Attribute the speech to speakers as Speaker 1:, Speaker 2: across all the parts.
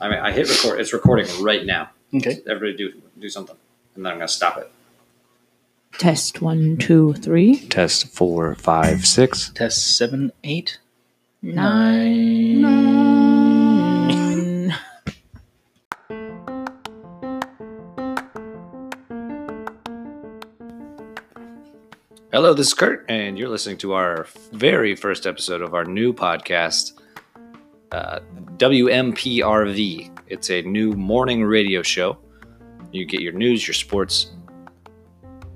Speaker 1: I mean, I hit record. It's recording right now.
Speaker 2: Okay.
Speaker 1: Everybody do do something, and then I'm gonna stop it.
Speaker 3: Test one, two, three,
Speaker 4: Test four, five, six.
Speaker 2: Test seven, eight,
Speaker 3: nine. nine.
Speaker 4: Hello, this is Kurt, and you're listening to our very first episode of our new podcast, uh, WMPRV. It's a new morning radio show. You get your news, your sports,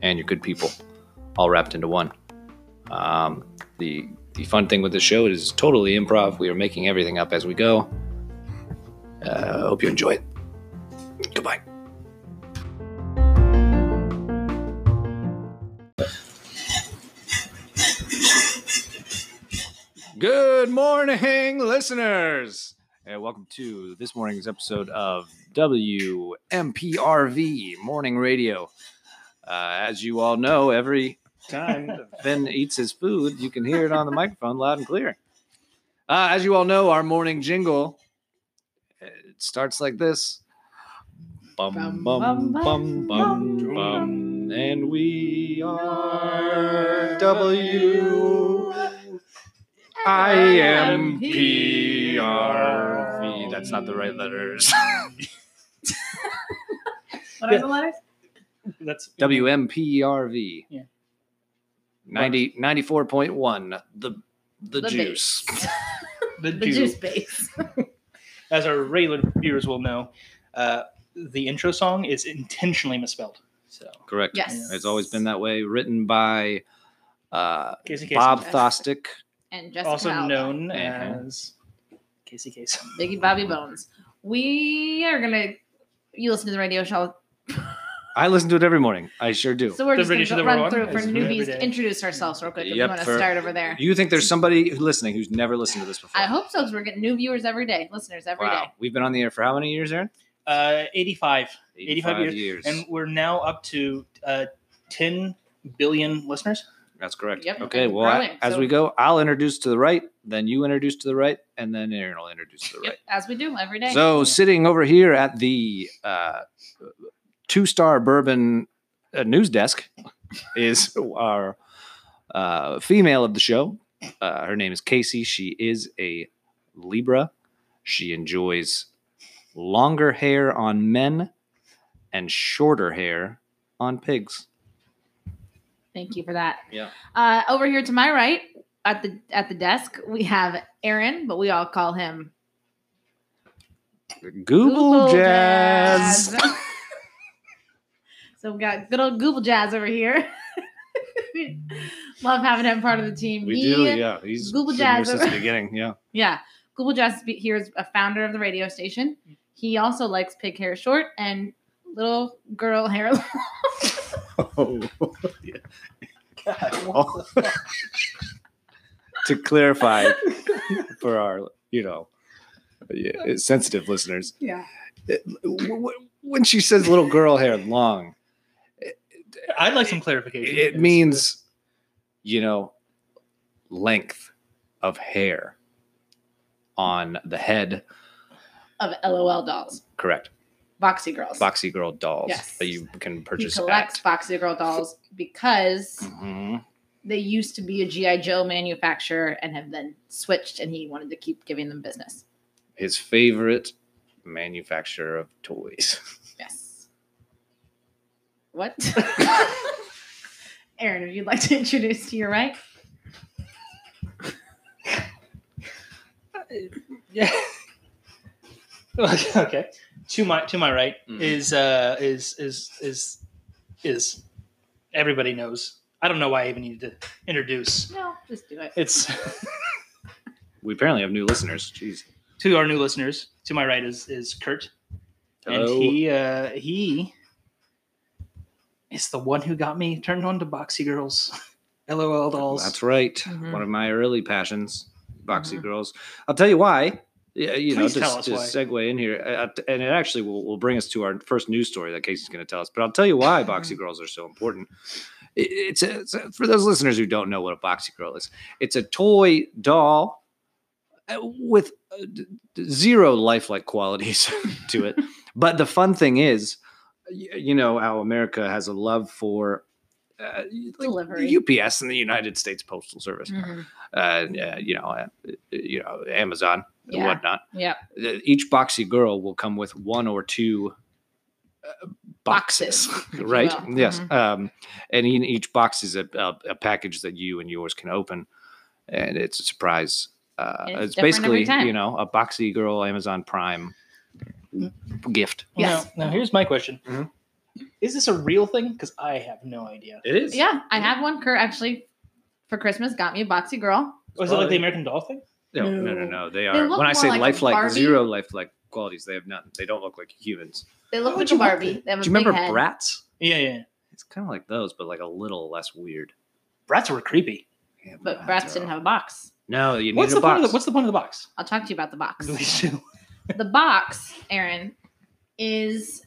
Speaker 4: and your good people all wrapped into one. Um, the the fun thing with this show is totally improv. We are making everything up as we go. Uh, hope you enjoy it. Goodbye. Good morning, listeners, and welcome to this morning's episode of WMPRV Morning Radio. Uh, as you all know, every time that Ben eats his food, you can hear it on the microphone loud and clear. Uh, as you all know, our morning jingle uh, it starts like this: bum bum bum bum bum, and we are W. I am P R V. That's not the right letters.
Speaker 5: What are the letters?
Speaker 2: That's
Speaker 4: W M P R V.
Speaker 2: Yeah.
Speaker 4: 90, 94.1 the the,
Speaker 5: The
Speaker 4: juice
Speaker 2: the,
Speaker 5: The
Speaker 2: Jew.
Speaker 5: juice base.
Speaker 2: As our regular viewers will know, uh, the intro song is intentionally misspelled. So
Speaker 4: correct
Speaker 5: Yes.
Speaker 4: it's always been that way written by uh
Speaker 2: Casey Kasem,
Speaker 4: bob
Speaker 5: Kasem.
Speaker 4: thostick
Speaker 5: And Jessica
Speaker 2: also
Speaker 5: Alba.
Speaker 2: known
Speaker 4: Uh-huh.
Speaker 2: as Casey Kasem.
Speaker 5: Biggie Bobby Bones. We are gonna. You listen to the radio show,
Speaker 4: i listen to it every morning i sure do
Speaker 5: so we're
Speaker 2: The
Speaker 5: just
Speaker 2: radio show
Speaker 5: gonna
Speaker 2: that
Speaker 5: go-
Speaker 2: we're
Speaker 5: run through
Speaker 2: on
Speaker 5: for
Speaker 2: is every
Speaker 5: newbies
Speaker 2: day.
Speaker 5: to introduce ourselves real quick. If
Speaker 4: Yep,
Speaker 5: you want to
Speaker 4: for-
Speaker 5: start over there,
Speaker 4: you think there's somebody who's listening who's never listened to this before
Speaker 5: I hope so because we're getting new viewers every day, listeners every day.
Speaker 4: wow we've been on the air for how many years aaron
Speaker 2: Uh, 85, 85
Speaker 4: years,
Speaker 2: and we're now up to uh, 10 billion listeners.
Speaker 4: that's correct
Speaker 5: Yep,
Speaker 4: okay
Speaker 5: and
Speaker 4: well I-
Speaker 5: growing,
Speaker 4: as
Speaker 5: so-
Speaker 4: we go i'll introduce to the right then you introduce to the right and then aaron will introduce to the right
Speaker 5: Yep, as we do every day.
Speaker 4: So sitting over here at the uh, two star bourbon uh, news desk is our uh, female of the show. Uh, her name is Casey. She is a Libra. She enjoys longer hair on men and shorter hair on pigs.
Speaker 5: Thank you for that.
Speaker 4: Yeah.
Speaker 5: Uh, over here to my right at the at the desk we have Aaron, but we all call him
Speaker 4: Google, jazz.
Speaker 5: Jazz. so we've got good old Google Jazz over here. Love having him part of the team.
Speaker 4: We
Speaker 5: He-
Speaker 4: do, yeah. He's
Speaker 5: Google
Speaker 4: been here
Speaker 5: Jazz.
Speaker 4: since the beginning. Yeah,
Speaker 5: Yeah. Google Jazz be- here is a founder of the radio station. He also likes pig hair short and little girl hair. long.
Speaker 4: to clarify for our, you know, yeah, sensitive listeners,
Speaker 5: yeah.
Speaker 4: w- w- when she says little girl hair long,
Speaker 2: I'd like some clarification.
Speaker 4: it means, you know, length of hair on the head.
Speaker 5: Of LOL dolls,
Speaker 4: Correct.
Speaker 5: boxy girls.
Speaker 4: Boxy girl dolls
Speaker 5: Yes.
Speaker 4: that you can
Speaker 5: he
Speaker 4: purchase.
Speaker 5: collects boxy girl dolls because
Speaker 4: hmm
Speaker 5: they used to be a GI Joe manufacturer and have then switched, and he wanted to keep giving them business.
Speaker 4: His favorite manufacturer of toys.
Speaker 5: Yes. What? Aaron, if you'd like to introduce to your right,
Speaker 2: Yeah. okay. To my to my right
Speaker 4: Mhm.
Speaker 2: is uh is is is is everybody knows. I don't know why I even needed to introduce.
Speaker 5: no, just do it.
Speaker 2: It's
Speaker 4: We apparently have new listeners. Jeez.
Speaker 2: to our new listeners. To my right is is Kurt, and he uh he is the one who got me turned on to boxy girls, lol dolls.
Speaker 4: That's right.
Speaker 2: Mm-hmm.
Speaker 5: Mhm.
Speaker 4: One of my early passions, boxy
Speaker 5: Mhm.
Speaker 4: girls. I'll tell you why. Yeah, you know,
Speaker 2: Please
Speaker 4: just,
Speaker 2: tell us
Speaker 4: just segue in here, I- I- and it actually will, will bring us to our first news story that Casey's going to tell us. But I'll tell you why boxy girls are so important. It- It's, a, it's a- for those listeners who don't know what a boxy girl is. It's a toy doll uh, with uh, d- d- zero lifelike qualities to it. But the fun thing is, y- you know how America has a love for uh,
Speaker 5: Delivery.
Speaker 4: like UPS and the United States Postal Service,
Speaker 5: Mhm.
Speaker 4: uh, yeah, you know, uh, you know, Amazon and
Speaker 5: Yeah.
Speaker 4: whatnot.
Speaker 5: Yep.
Speaker 4: Th- Each boxy girl will come with one or two. uh, Boxes,
Speaker 5: Boxes, if you
Speaker 4: right?
Speaker 5: will.
Speaker 4: Yes,
Speaker 5: Mhm.
Speaker 4: um, and in each box is a, a, a package that you and yours can open, and it's a surprise. Uh,
Speaker 5: And it's
Speaker 4: it's
Speaker 5: different every
Speaker 4: basically,
Speaker 5: time.
Speaker 4: you know, a boxy girl Amazon Prime gift.
Speaker 5: Yes.
Speaker 2: Now, now here's my question:
Speaker 4: Mhm.
Speaker 2: Is this a real thing? Because I have no idea.
Speaker 4: It is,
Speaker 5: Yeah, I have one. Kurt actually for Christmas got me a boxy girl.
Speaker 2: Was it like
Speaker 4: Probably.
Speaker 2: the American Doll thing?
Speaker 4: No, no, no,
Speaker 5: No.
Speaker 4: no. They are.
Speaker 5: look
Speaker 4: when I
Speaker 5: more
Speaker 4: say
Speaker 5: like a
Speaker 4: lifelike,
Speaker 5: Barbie.
Speaker 4: zero lifelike qualities. They have none. They don't look like humans.
Speaker 5: They
Speaker 2: Why
Speaker 5: look
Speaker 2: would
Speaker 5: like a
Speaker 2: you want
Speaker 5: Barbie. They have a
Speaker 4: Do Oh, you remember
Speaker 5: big head.
Speaker 4: Bratz?
Speaker 2: Yeah, yeah. yeah.
Speaker 4: It's kind of like those, but like a little less weird.
Speaker 2: Brats were creepy.
Speaker 4: Yeah,
Speaker 5: but
Speaker 4: are
Speaker 5: Bratz didn't
Speaker 4: all-
Speaker 5: have a box.
Speaker 4: No, you
Speaker 2: What's
Speaker 4: need
Speaker 2: the
Speaker 4: a
Speaker 2: point?
Speaker 4: box.
Speaker 2: Of the, what's the point of the box?
Speaker 5: I'll talk to you about the box.
Speaker 2: Please
Speaker 5: the box, Aaron, is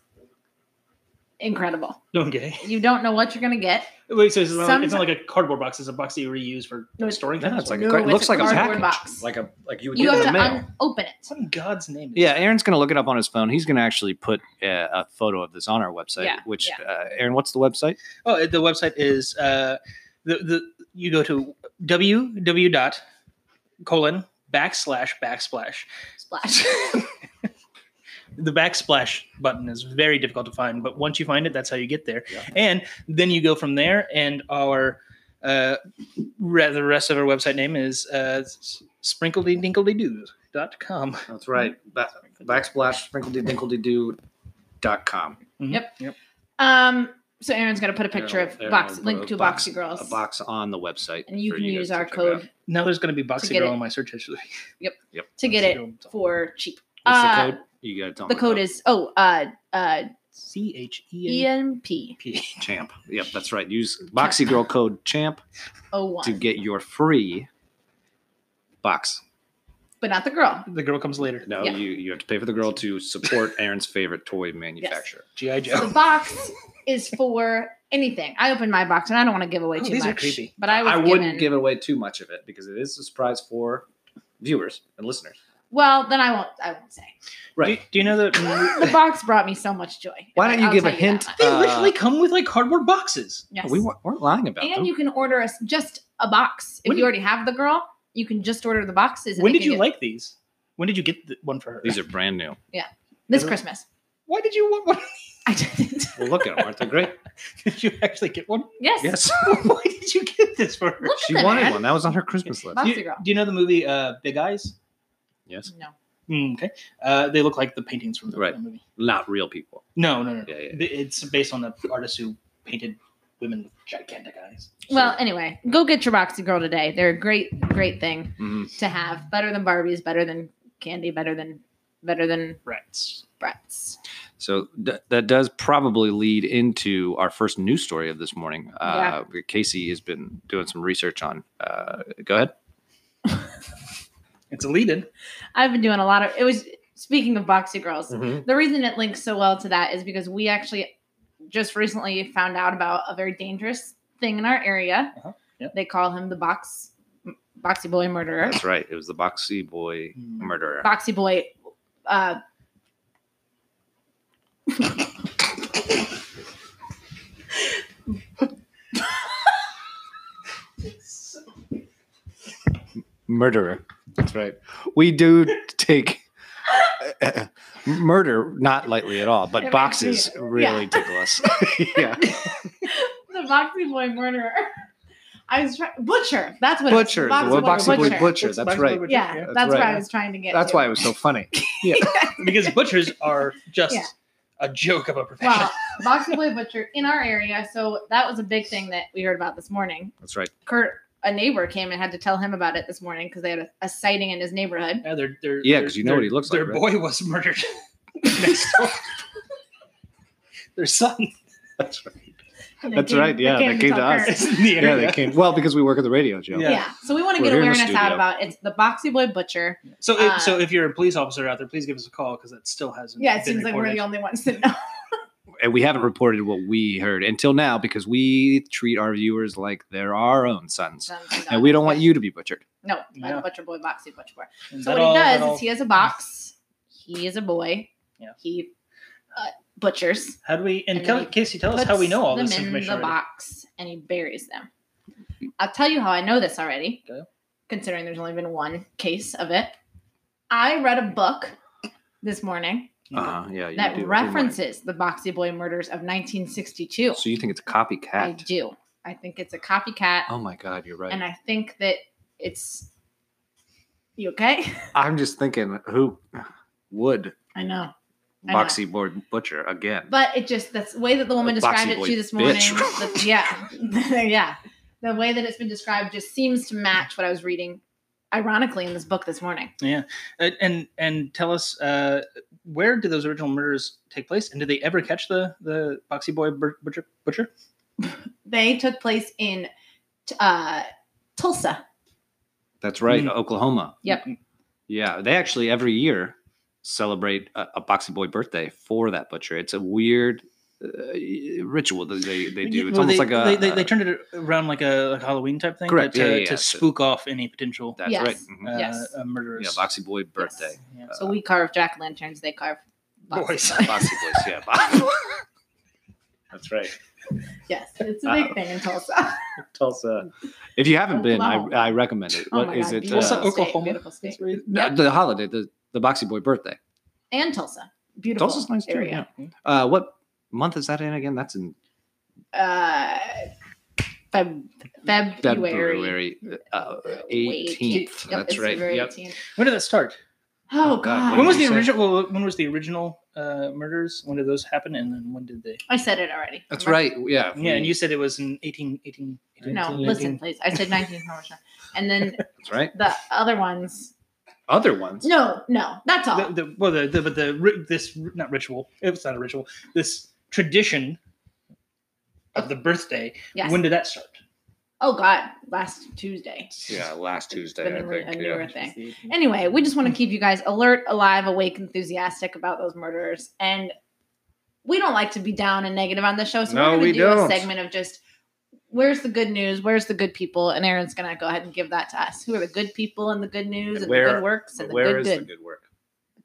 Speaker 5: incredible.
Speaker 2: do. okay.
Speaker 5: You don't know what you're gonna get.
Speaker 2: Wait, so it's not, like, it's
Speaker 5: Some-
Speaker 2: not like a cardboard box. It's a box that you reuse for
Speaker 5: No, it's-
Speaker 2: storing
Speaker 4: no,
Speaker 2: things.
Speaker 4: it's like
Speaker 5: No,
Speaker 4: a, card-
Speaker 5: it's
Speaker 4: it looks
Speaker 5: a
Speaker 4: like a
Speaker 5: cardboard
Speaker 4: package,
Speaker 5: box.
Speaker 4: like a like you would
Speaker 5: You
Speaker 4: get in
Speaker 5: have to
Speaker 4: the mail.
Speaker 5: un- open it.
Speaker 2: what in God's name? is
Speaker 4: yeah, Aaron's going to look it up on his phone. He's going to actually put uh, a photo of this on our website.
Speaker 5: Yeah,
Speaker 4: which, Uh, Aaron, what's the website?
Speaker 2: Oh, the website is uh, the the you go to www dot colon backslash backsplash.
Speaker 5: Splash.
Speaker 2: The backsplash button is very difficult to find, but once you find it, that's how you get there.
Speaker 4: Yeah.
Speaker 2: And then you go from there. And our uh, re- the rest of our website name is uh, sprinkledydinkedydoo dot com.
Speaker 4: That's right. Ba-
Speaker 5: Mm-hmm.
Speaker 4: backsplash sprinkledydinkedydoo dot com.
Speaker 5: Yep.
Speaker 2: Yep.
Speaker 5: um. So Aaron's gonna put a picture
Speaker 4: Aaron-
Speaker 5: of
Speaker 4: Aaron
Speaker 5: box,
Speaker 4: will put
Speaker 5: link
Speaker 4: a
Speaker 5: to
Speaker 4: box-
Speaker 5: boxy girls,
Speaker 4: A box on the website,
Speaker 5: and you
Speaker 4: for
Speaker 5: can
Speaker 4: guys
Speaker 5: use
Speaker 4: to
Speaker 5: our
Speaker 4: check
Speaker 5: code
Speaker 4: out.
Speaker 2: Now there's going to be Boxy
Speaker 5: get
Speaker 2: Girl
Speaker 5: it.
Speaker 2: in my search history.
Speaker 5: to get
Speaker 2: Boxy
Speaker 5: it
Speaker 2: Girl.
Speaker 5: for cheap.
Speaker 4: What's
Speaker 5: Uh,
Speaker 4: the code? You got to tell
Speaker 5: The
Speaker 4: me
Speaker 5: code
Speaker 4: about
Speaker 5: is oh uh uh
Speaker 2: C H E N
Speaker 5: EMP
Speaker 2: P.
Speaker 4: champ. Yep, that's right. Use Boxy Girl code champ to
Speaker 5: 01.
Speaker 4: get your free box.
Speaker 5: But not the girl.
Speaker 2: The girl comes later.
Speaker 4: No,
Speaker 5: Yeah.
Speaker 4: you you have to pay for the girl to support Aaron's favorite toy manufacturer.
Speaker 2: GI
Speaker 5: The
Speaker 2: Joe.
Speaker 5: box is for anything. I opened my box and I don't want to give away
Speaker 2: Oh,
Speaker 5: too
Speaker 2: these are
Speaker 5: much.
Speaker 2: creepy.
Speaker 5: But I was
Speaker 4: I wouldn't
Speaker 5: given-
Speaker 4: give away too much of it because it is a surprise for viewers and listeners.
Speaker 5: Well, then I won't I won't say.
Speaker 4: Right.
Speaker 2: Do, do you know that?
Speaker 5: The box brought me so much joy.
Speaker 4: Why don't you
Speaker 5: I'll
Speaker 4: give a
Speaker 5: tell
Speaker 4: hint?
Speaker 5: that
Speaker 2: They
Speaker 4: Uh,
Speaker 2: literally come with like cardboard boxes.
Speaker 5: much. Yes.
Speaker 4: We weren't, weren't lying about
Speaker 5: and
Speaker 4: them.
Speaker 5: you can order us just a box. If
Speaker 2: When-
Speaker 5: you already have the girl, you can just order the boxes. and
Speaker 2: When
Speaker 5: they
Speaker 2: did
Speaker 5: can
Speaker 2: you
Speaker 5: get-
Speaker 2: like these? When did you get the one for her?
Speaker 4: These are brand new.
Speaker 5: this Christmas?
Speaker 2: Why did you want one?
Speaker 5: I didn't.
Speaker 4: Well, look at them. Aren't they great?
Speaker 2: Did you actually get one?
Speaker 5: Yes.
Speaker 4: Yes.
Speaker 2: Why did you get this for her?
Speaker 5: Look
Speaker 4: She
Speaker 5: at them,
Speaker 4: wanted
Speaker 5: Aaron.
Speaker 4: one. That was on her Christmas list.
Speaker 5: Boxy
Speaker 2: Do you,
Speaker 5: girl.
Speaker 2: do you know the movie uh, Big Eyes?
Speaker 4: Yes.
Speaker 5: No.
Speaker 2: Mm, okay. Uh, they look like the paintings from the
Speaker 4: Right.
Speaker 2: movie.
Speaker 4: Not real people.
Speaker 2: No, no, no. no.
Speaker 4: Yeah, yeah.
Speaker 2: Th- It's based on the artist who painted women with gigantic eyes.
Speaker 5: Well, anyway, go get your boxy girl today. They're a great, great thing.
Speaker 4: Mhm.
Speaker 5: to have. Better than Barbies, better than candy, better than better than
Speaker 2: Rats.
Speaker 5: Brett's.
Speaker 4: So th- that does probably lead into our first news story of this morning. Uh, Casey has been doing some research on. Uh, go ahead.
Speaker 2: It's deleted.
Speaker 5: I've been doing a lot of it was speaking of boxy girls.
Speaker 4: Mm-hmm.
Speaker 5: The reason it links so well to that is because we actually just recently found out about a very dangerous thing in our area.
Speaker 2: Uh-huh. Yeah.
Speaker 5: They call him the box boxy boy murderer.
Speaker 4: That's right. It was the Boxy Boy
Speaker 2: Mm.
Speaker 4: murderer.
Speaker 5: Boxy boy uh
Speaker 4: murderer. That's right. We do take murder not lightly at all,
Speaker 5: It
Speaker 4: but
Speaker 5: makes
Speaker 4: boxes
Speaker 5: me-
Speaker 4: really tickle us. yeah,
Speaker 5: the boxy boy murderer. I was trying butcher. That's what it is.
Speaker 4: butcher.
Speaker 5: Boxy
Speaker 4: the
Speaker 5: boy
Speaker 4: boxy boy butcher.
Speaker 2: It's
Speaker 4: That's
Speaker 2: Boxy
Speaker 4: right.
Speaker 2: Boy
Speaker 5: Yeah,
Speaker 2: Butcher,
Speaker 5: that's,
Speaker 4: That's
Speaker 5: what
Speaker 4: right.
Speaker 5: I was trying to get.
Speaker 4: That's
Speaker 5: to.
Speaker 4: why it was so funny. Yeah.
Speaker 2: because butchers are just
Speaker 5: Yeah.
Speaker 2: a joke of a profession.
Speaker 5: Well, Boxing Boy Butcher in our area. So that was a big thing that we heard about this morning.
Speaker 4: That's right.
Speaker 5: Kurt, a neighbor, came and had to tell him about it this morning because they had a, a sighting in his neighborhood.
Speaker 2: Yeah, they're, they're,
Speaker 4: Yeah,
Speaker 2: they're-
Speaker 4: 'cause you know
Speaker 2: their-
Speaker 4: what he looks like,
Speaker 2: Their
Speaker 4: right?
Speaker 2: boy was murdered next door. their son
Speaker 4: That's right.
Speaker 5: And they
Speaker 4: That's
Speaker 5: came-
Speaker 4: right,
Speaker 5: they
Speaker 4: yeah, they came
Speaker 5: tell
Speaker 4: to us.
Speaker 5: Kurt.
Speaker 2: is in the
Speaker 4: Yeah,
Speaker 2: area.
Speaker 4: they came. Well, because we work at the radio, Joe.
Speaker 5: Yeah.
Speaker 2: Yeah.
Speaker 5: So we want to
Speaker 4: We're
Speaker 5: get
Speaker 4: here in the
Speaker 5: awareness out
Speaker 4: studio.
Speaker 5: about it's the Boxy Boy Butcher.
Speaker 2: So,
Speaker 5: Uh,
Speaker 2: if, so if you're a police officer out there, please give us a call because that still hasn't.
Speaker 5: Yeah, it
Speaker 2: been
Speaker 5: seems like we're
Speaker 2: reported.
Speaker 5: the only ones that know.
Speaker 4: and we haven't reported what we heard until now because we treat our viewers like they're our own sons, and we don't want you to be butchered.
Speaker 5: No,
Speaker 2: Yeah.
Speaker 5: not a butcher boy, boxy butcher boy.
Speaker 2: And
Speaker 5: So
Speaker 2: that
Speaker 5: what
Speaker 2: all-
Speaker 5: he
Speaker 2: that
Speaker 5: does
Speaker 2: all-
Speaker 5: is he has a box. He is a boy.
Speaker 2: Yeah.
Speaker 5: He uh, butchers.
Speaker 2: How do we? And,
Speaker 5: and
Speaker 2: Kel-
Speaker 5: he
Speaker 2: Casey, tell us how we
Speaker 5: puts
Speaker 2: know all
Speaker 5: them
Speaker 2: this
Speaker 5: in
Speaker 2: information.
Speaker 5: the
Speaker 2: already.
Speaker 5: box and he buries them. I'll tell you how I know this already,
Speaker 2: Okay.
Speaker 5: considering there's only been one case of it. I read a book this morning
Speaker 4: Uh-huh, yeah, you do
Speaker 5: that
Speaker 4: every
Speaker 5: references the Boxy Boy murders of 1962.
Speaker 4: morning. So you think it's a
Speaker 5: I
Speaker 4: copycat?
Speaker 5: do. I think it's a copycat,
Speaker 4: Oh my god, you're right.
Speaker 5: and I think that it's. You okay?
Speaker 4: I'm just thinking, who would
Speaker 5: I know. I know.
Speaker 4: boxy board butcher again?
Speaker 5: But it just that's the way that the woman
Speaker 4: Boxy
Speaker 5: described it
Speaker 4: boy
Speaker 5: to you this morning.
Speaker 4: bitch.
Speaker 5: the- yeah, yeah. The way that it's been described just seems to match what I was reading, ironically, in this book this morning.
Speaker 2: And- Uh, and and tell us uh, where did those original murders take place, and did they ever catch the the boxy boy bur- butcher? Butcher?
Speaker 5: They took place in t- uh, Tulsa.
Speaker 4: That's right,
Speaker 2: Mm.
Speaker 4: Oklahoma.
Speaker 5: Yep.
Speaker 4: Yeah, they actually every year celebrate a, a boxy boy birthday for that butcher. It's a weird uh, ritual that they, they do. It's
Speaker 2: Well,
Speaker 4: almost
Speaker 2: they,
Speaker 4: like a
Speaker 2: they, they, they
Speaker 4: a-
Speaker 2: turned it around like a like Halloween type thing,
Speaker 4: Correct,
Speaker 2: To,
Speaker 4: yeah, yeah,
Speaker 2: to
Speaker 4: yeah.
Speaker 2: spook off any potential
Speaker 4: that's
Speaker 5: Yes.
Speaker 4: right. Mhm.
Speaker 2: uh,
Speaker 5: Yes.
Speaker 2: uh, murderers.
Speaker 4: Yeah, boxy uh, boy birthday.
Speaker 2: Yeah.
Speaker 5: So we carve jack o' lanterns. They carve
Speaker 2: Boys.
Speaker 5: boxes.
Speaker 4: Boxy boys, yeah. bo- that's right.
Speaker 5: yes, it's a big thing in Tulsa.
Speaker 6: Tulsa.
Speaker 4: If you haven't been, I,
Speaker 5: Oh, Wow.
Speaker 4: I recommend it.
Speaker 5: Oh
Speaker 4: What
Speaker 5: my
Speaker 4: is
Speaker 5: God,
Speaker 4: it?
Speaker 5: beautiful
Speaker 2: Tulsa,
Speaker 4: Uh,
Speaker 5: state,
Speaker 2: Oklahoma?
Speaker 5: beautiful state.
Speaker 2: That's right.
Speaker 4: no, The holiday, the, the boxy boy birthday.
Speaker 5: and Tulsa. Beautiful
Speaker 4: Tulsa's nice too.
Speaker 5: area.
Speaker 4: Yeah. Uh, what month is that in again? That's in
Speaker 5: Uh, Feb- February.
Speaker 4: February uh,
Speaker 5: Wait.
Speaker 4: 18th.
Speaker 5: Yep,
Speaker 4: That's
Speaker 5: it's
Speaker 4: right.
Speaker 5: February
Speaker 4: Yep.
Speaker 5: 18th.
Speaker 2: When did that start?
Speaker 5: Oh,
Speaker 4: God,
Speaker 5: God.
Speaker 2: When was
Speaker 4: did
Speaker 2: the
Speaker 4: you say?
Speaker 2: original? Well, when was the original uh, murders? When did those happen, and then when did they?
Speaker 5: I said it already.
Speaker 4: That's
Speaker 5: Remember?
Speaker 4: right. Yeah. if
Speaker 2: Yeah, and
Speaker 4: we-
Speaker 2: you said it was in 18, 18,
Speaker 5: No,
Speaker 2: 18,
Speaker 5: listen, please. I said 19 hours. And then
Speaker 4: That's right.
Speaker 5: the other ones.
Speaker 4: Other ones.
Speaker 5: No, no, that's all.
Speaker 2: The, the, well, the, the but the ri- this not ritual. It was not a ritual. This tradition of the birthday.
Speaker 5: yes.
Speaker 2: When did that start?
Speaker 5: oh, God. Last Tuesday.
Speaker 4: Yeah, last Tuesday,
Speaker 5: Been a re- a newer thing.
Speaker 2: Tuesday.
Speaker 5: Anyway, we just want to keep you guys alert, alive, awake, enthusiastic about those murders. And we don't like to be down and negative on the show. So
Speaker 4: No,
Speaker 5: we're going to
Speaker 4: we
Speaker 5: do
Speaker 4: don't.
Speaker 5: a segment of just where's the good news? Where's the good people? And Aaron's going to go ahead and give that to us. Who are the good people and the good news and,
Speaker 4: And where-
Speaker 5: the good works and the
Speaker 4: Where is
Speaker 5: good good
Speaker 4: the good work?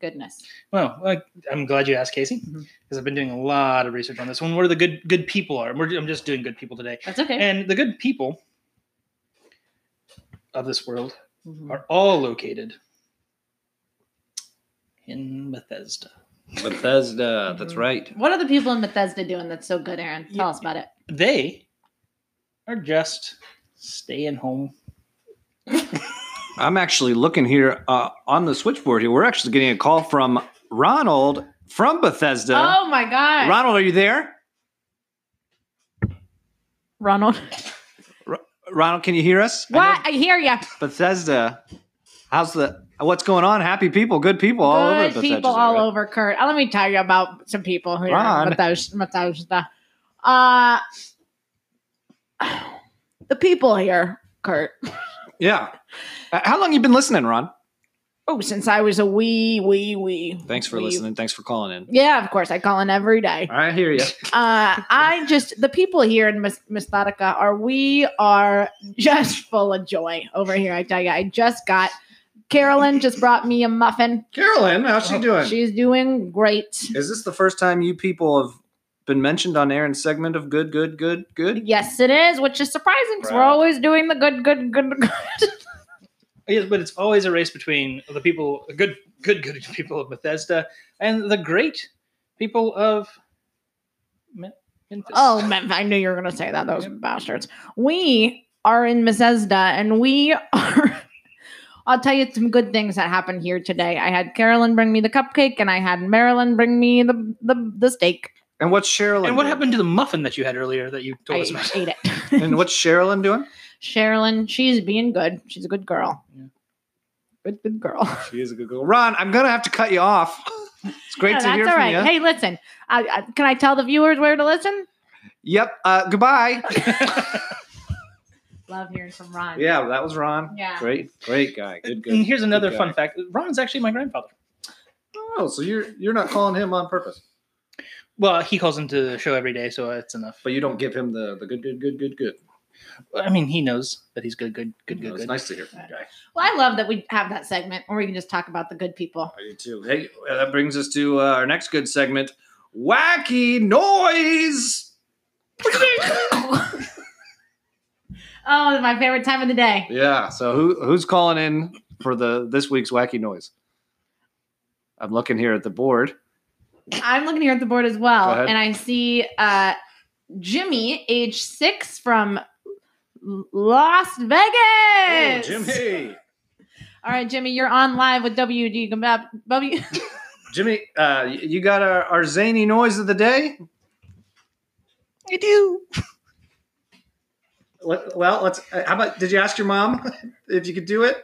Speaker 5: goodness?
Speaker 2: Well, like, I'm glad you asked, Casey, because
Speaker 5: Mhm.
Speaker 2: I've been doing a lot of research on this one. Where the good good people are. We're, I'm just doing good people today,
Speaker 5: That's okay.
Speaker 2: and the good people of this world
Speaker 5: Mhm.
Speaker 2: are all located in Bethesda.
Speaker 4: Bethesda. That's
Speaker 5: Mhm.
Speaker 4: right.
Speaker 5: What are the people in Bethesda doing that's so good, Aaron? Tell
Speaker 2: Yeah.
Speaker 5: us about it.
Speaker 2: They are just staying home.
Speaker 4: I'm actually looking here uh, on the switchboard here. We're actually getting a call from Ronald from Bethesda.
Speaker 5: oh my god,
Speaker 4: Ronald, are you there?
Speaker 7: Ronald.
Speaker 4: Ronald, can you hear us? I know
Speaker 5: what? I hear you.
Speaker 4: Bethesda. How's the what's going on? Happy people, good people all over
Speaker 5: good
Speaker 4: Bethesda.
Speaker 5: people all
Speaker 4: right?
Speaker 5: over, Kurt. Uh, Let me tell you about some people who are
Speaker 4: Ron.
Speaker 5: in Bethesda. Bethesda. Uh, the people here, Kurt.
Speaker 4: Yeah. Uh, How long you been listening, Ron?
Speaker 5: Oh, since I was a wee, wee, wee.
Speaker 4: Thanks for
Speaker 5: wee-
Speaker 4: listening. Thanks for calling in.
Speaker 5: Yeah, of course. I call in every day.
Speaker 4: I hear you.
Speaker 5: Uh, I just, the people here in Mis- Mistodica are, we are just full of joy over here. I tell you, I just got, Carolyn just brought me a muffin.
Speaker 4: Carolyn, how's
Speaker 5: Oh,
Speaker 4: she doing?
Speaker 5: She's doing great.
Speaker 4: Is this the first time you people have been mentioned on Aaron's segment of good, good, good, good?
Speaker 5: Yes, it is, which is surprising because we're
Speaker 4: Proud.
Speaker 5: always doing the good, good, good, good.
Speaker 2: Yes, but it's always a race between the people, good, good, good people of Bethesda, and the great people of Me- Memphis.
Speaker 5: Oh, man, I knew you were going to say that. Those bastards. We are in Bethesda, and we are. I'll tell you some good things that happened here today. I had Carolyn bring me the cupcake, and I had Marilyn bring me the the, the steak.
Speaker 4: And what's Sherilyn?
Speaker 2: and what
Speaker 4: doing?
Speaker 2: happened to the muffin that you had earlier that you told
Speaker 5: I
Speaker 2: us about?
Speaker 5: ate
Speaker 4: And
Speaker 5: it.
Speaker 4: what's Sherilyn doing?
Speaker 5: Sherilyn, she's being good. She's a good girl.
Speaker 2: Yeah.
Speaker 5: Good, good girl.
Speaker 4: She is a good girl. Ron, I'm gonna have to cut you off. It's great
Speaker 5: No,
Speaker 4: to
Speaker 5: that's
Speaker 4: hear
Speaker 5: all
Speaker 4: from
Speaker 5: right.
Speaker 4: you.
Speaker 5: Hey, listen. I, I, can I tell the viewers where to listen?
Speaker 4: Yep. Uh, goodbye.
Speaker 5: Love hearing from Ron.
Speaker 4: yeah, that was Ron.
Speaker 5: Yeah.
Speaker 4: Great, great guy. Good,
Speaker 2: and
Speaker 4: good.
Speaker 2: here's another
Speaker 4: guy.
Speaker 2: fun fact: Ron's actually my grandfather.
Speaker 4: Oh, so you're you're not calling him on purpose?
Speaker 2: Well, he calls into the show every day, so it's enough.
Speaker 4: But you don't give him the, the good, good, good, good, good.
Speaker 2: I mean, he knows that he's good, good, good,
Speaker 4: You know,
Speaker 2: good,
Speaker 4: it's
Speaker 2: good.
Speaker 4: nice to hear from you guys.
Speaker 5: Well, I love that we have that segment where we can just talk about the good people.
Speaker 4: I do too. Hey, uh, that brings us to uh, our next good segment Wacky Noise.
Speaker 5: Oh, my favorite time of the day.
Speaker 4: Yeah. So who who's calling in for the this week's wacky noise? I'm looking here at the board.
Speaker 5: I'm looking here at the board as
Speaker 4: Go
Speaker 5: well,
Speaker 4: ahead.
Speaker 5: and I see uh, Jimmy, age six, from L- Las Vegas.
Speaker 4: Oh, Jimmy.
Speaker 5: All right, Jimmy, you're on live with WD Gumb- W.
Speaker 4: Jimmy, uh, y- you got our, our zany noise of the day?
Speaker 2: I do.
Speaker 4: Let- Well, let's. uh, How about? Did you ask your mom if you could do it?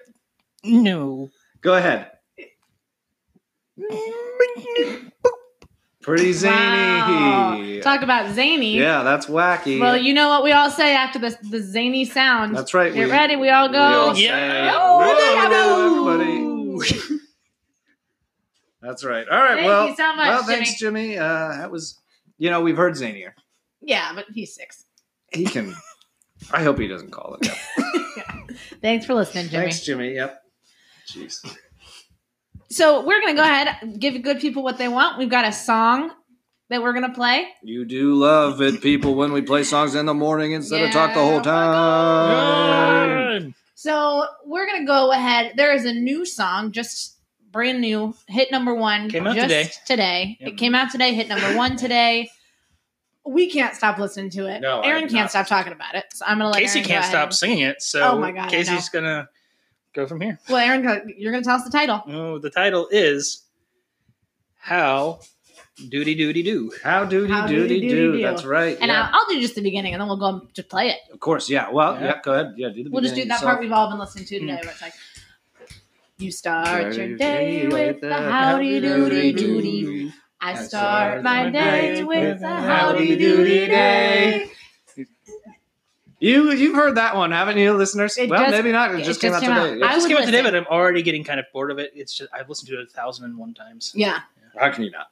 Speaker 2: No.
Speaker 4: Go ahead. Pretty zany.
Speaker 5: Wow. Talk about zany.
Speaker 4: yeah, that's wacky.
Speaker 5: Well, you know what we all say after the the zany sound.
Speaker 4: that's right.
Speaker 5: Get ready, we all
Speaker 4: we all
Speaker 5: go. Oh,
Speaker 4: say,
Speaker 2: Yeah.
Speaker 4: "Whoa, everybody. That's right. All right.
Speaker 5: Thank
Speaker 4: well,
Speaker 5: you so much,
Speaker 4: well, thanks, Jimmy. Uh, that was. You know, we've heard zanier.
Speaker 5: yeah, but he's six.
Speaker 4: He can. I hope he doesn't call it. Yep.
Speaker 5: Thanks for listening, Jimmy.
Speaker 4: Thanks, Jimmy. Yep. Jeez.
Speaker 5: So we're gonna go ahead give good people what they want. We've got a song that we're gonna play.
Speaker 4: You do love it, people, when we play songs in the morning instead of talk the
Speaker 5: Yeah,
Speaker 4: whole
Speaker 5: my
Speaker 4: time.
Speaker 5: So we're gonna go ahead. There is a new song, just brand new, hit number one.
Speaker 2: Came out
Speaker 5: just
Speaker 2: today.
Speaker 5: today.
Speaker 2: Yep.
Speaker 5: It came out today, hit number one today. We can't stop listening to it.
Speaker 4: No, I
Speaker 5: Aaron
Speaker 4: have
Speaker 5: can't
Speaker 4: not.
Speaker 5: stop talking about it. So I'm gonna let
Speaker 2: Casey
Speaker 5: Aaron go
Speaker 2: can't
Speaker 5: ahead
Speaker 2: stop
Speaker 5: and-
Speaker 2: singing it, so
Speaker 5: Oh my God, I
Speaker 2: Casey's gonna go from here.
Speaker 5: Well, Aaron, go- you're gonna tell us the title.
Speaker 2: Oh, the title is How Doody Doody Doo.
Speaker 4: How doody
Speaker 5: How
Speaker 4: doody
Speaker 5: doody
Speaker 4: do.
Speaker 5: doody do.
Speaker 4: That's right.
Speaker 5: And
Speaker 4: yeah.
Speaker 5: I'll, I'll do just the beginning, and then we'll go and just play it.
Speaker 4: Of course. Yeah. Well. Yeah.
Speaker 2: Yeah.
Speaker 4: go ahead. Yeah. Do the.
Speaker 5: We'll just do
Speaker 4: beginning
Speaker 5: that
Speaker 4: yourself.
Speaker 5: part we've all been listening to today. Where it's like, you start your day with a howdy doody doody. I start my day with a howdy doody day.
Speaker 4: You you've heard that one, haven't you, listeners?
Speaker 5: It
Speaker 4: well,
Speaker 5: just-
Speaker 4: maybe not. It,
Speaker 5: it
Speaker 4: just
Speaker 5: just
Speaker 4: came out
Speaker 5: came
Speaker 4: today.
Speaker 5: out.
Speaker 4: Yeah.
Speaker 5: I
Speaker 2: I just
Speaker 5: would
Speaker 2: came out today,
Speaker 5: listen.
Speaker 2: but I'm already getting kind of bored of it. It's just I've listened to it a thousand and one times.
Speaker 5: Yeah,
Speaker 4: How can you not?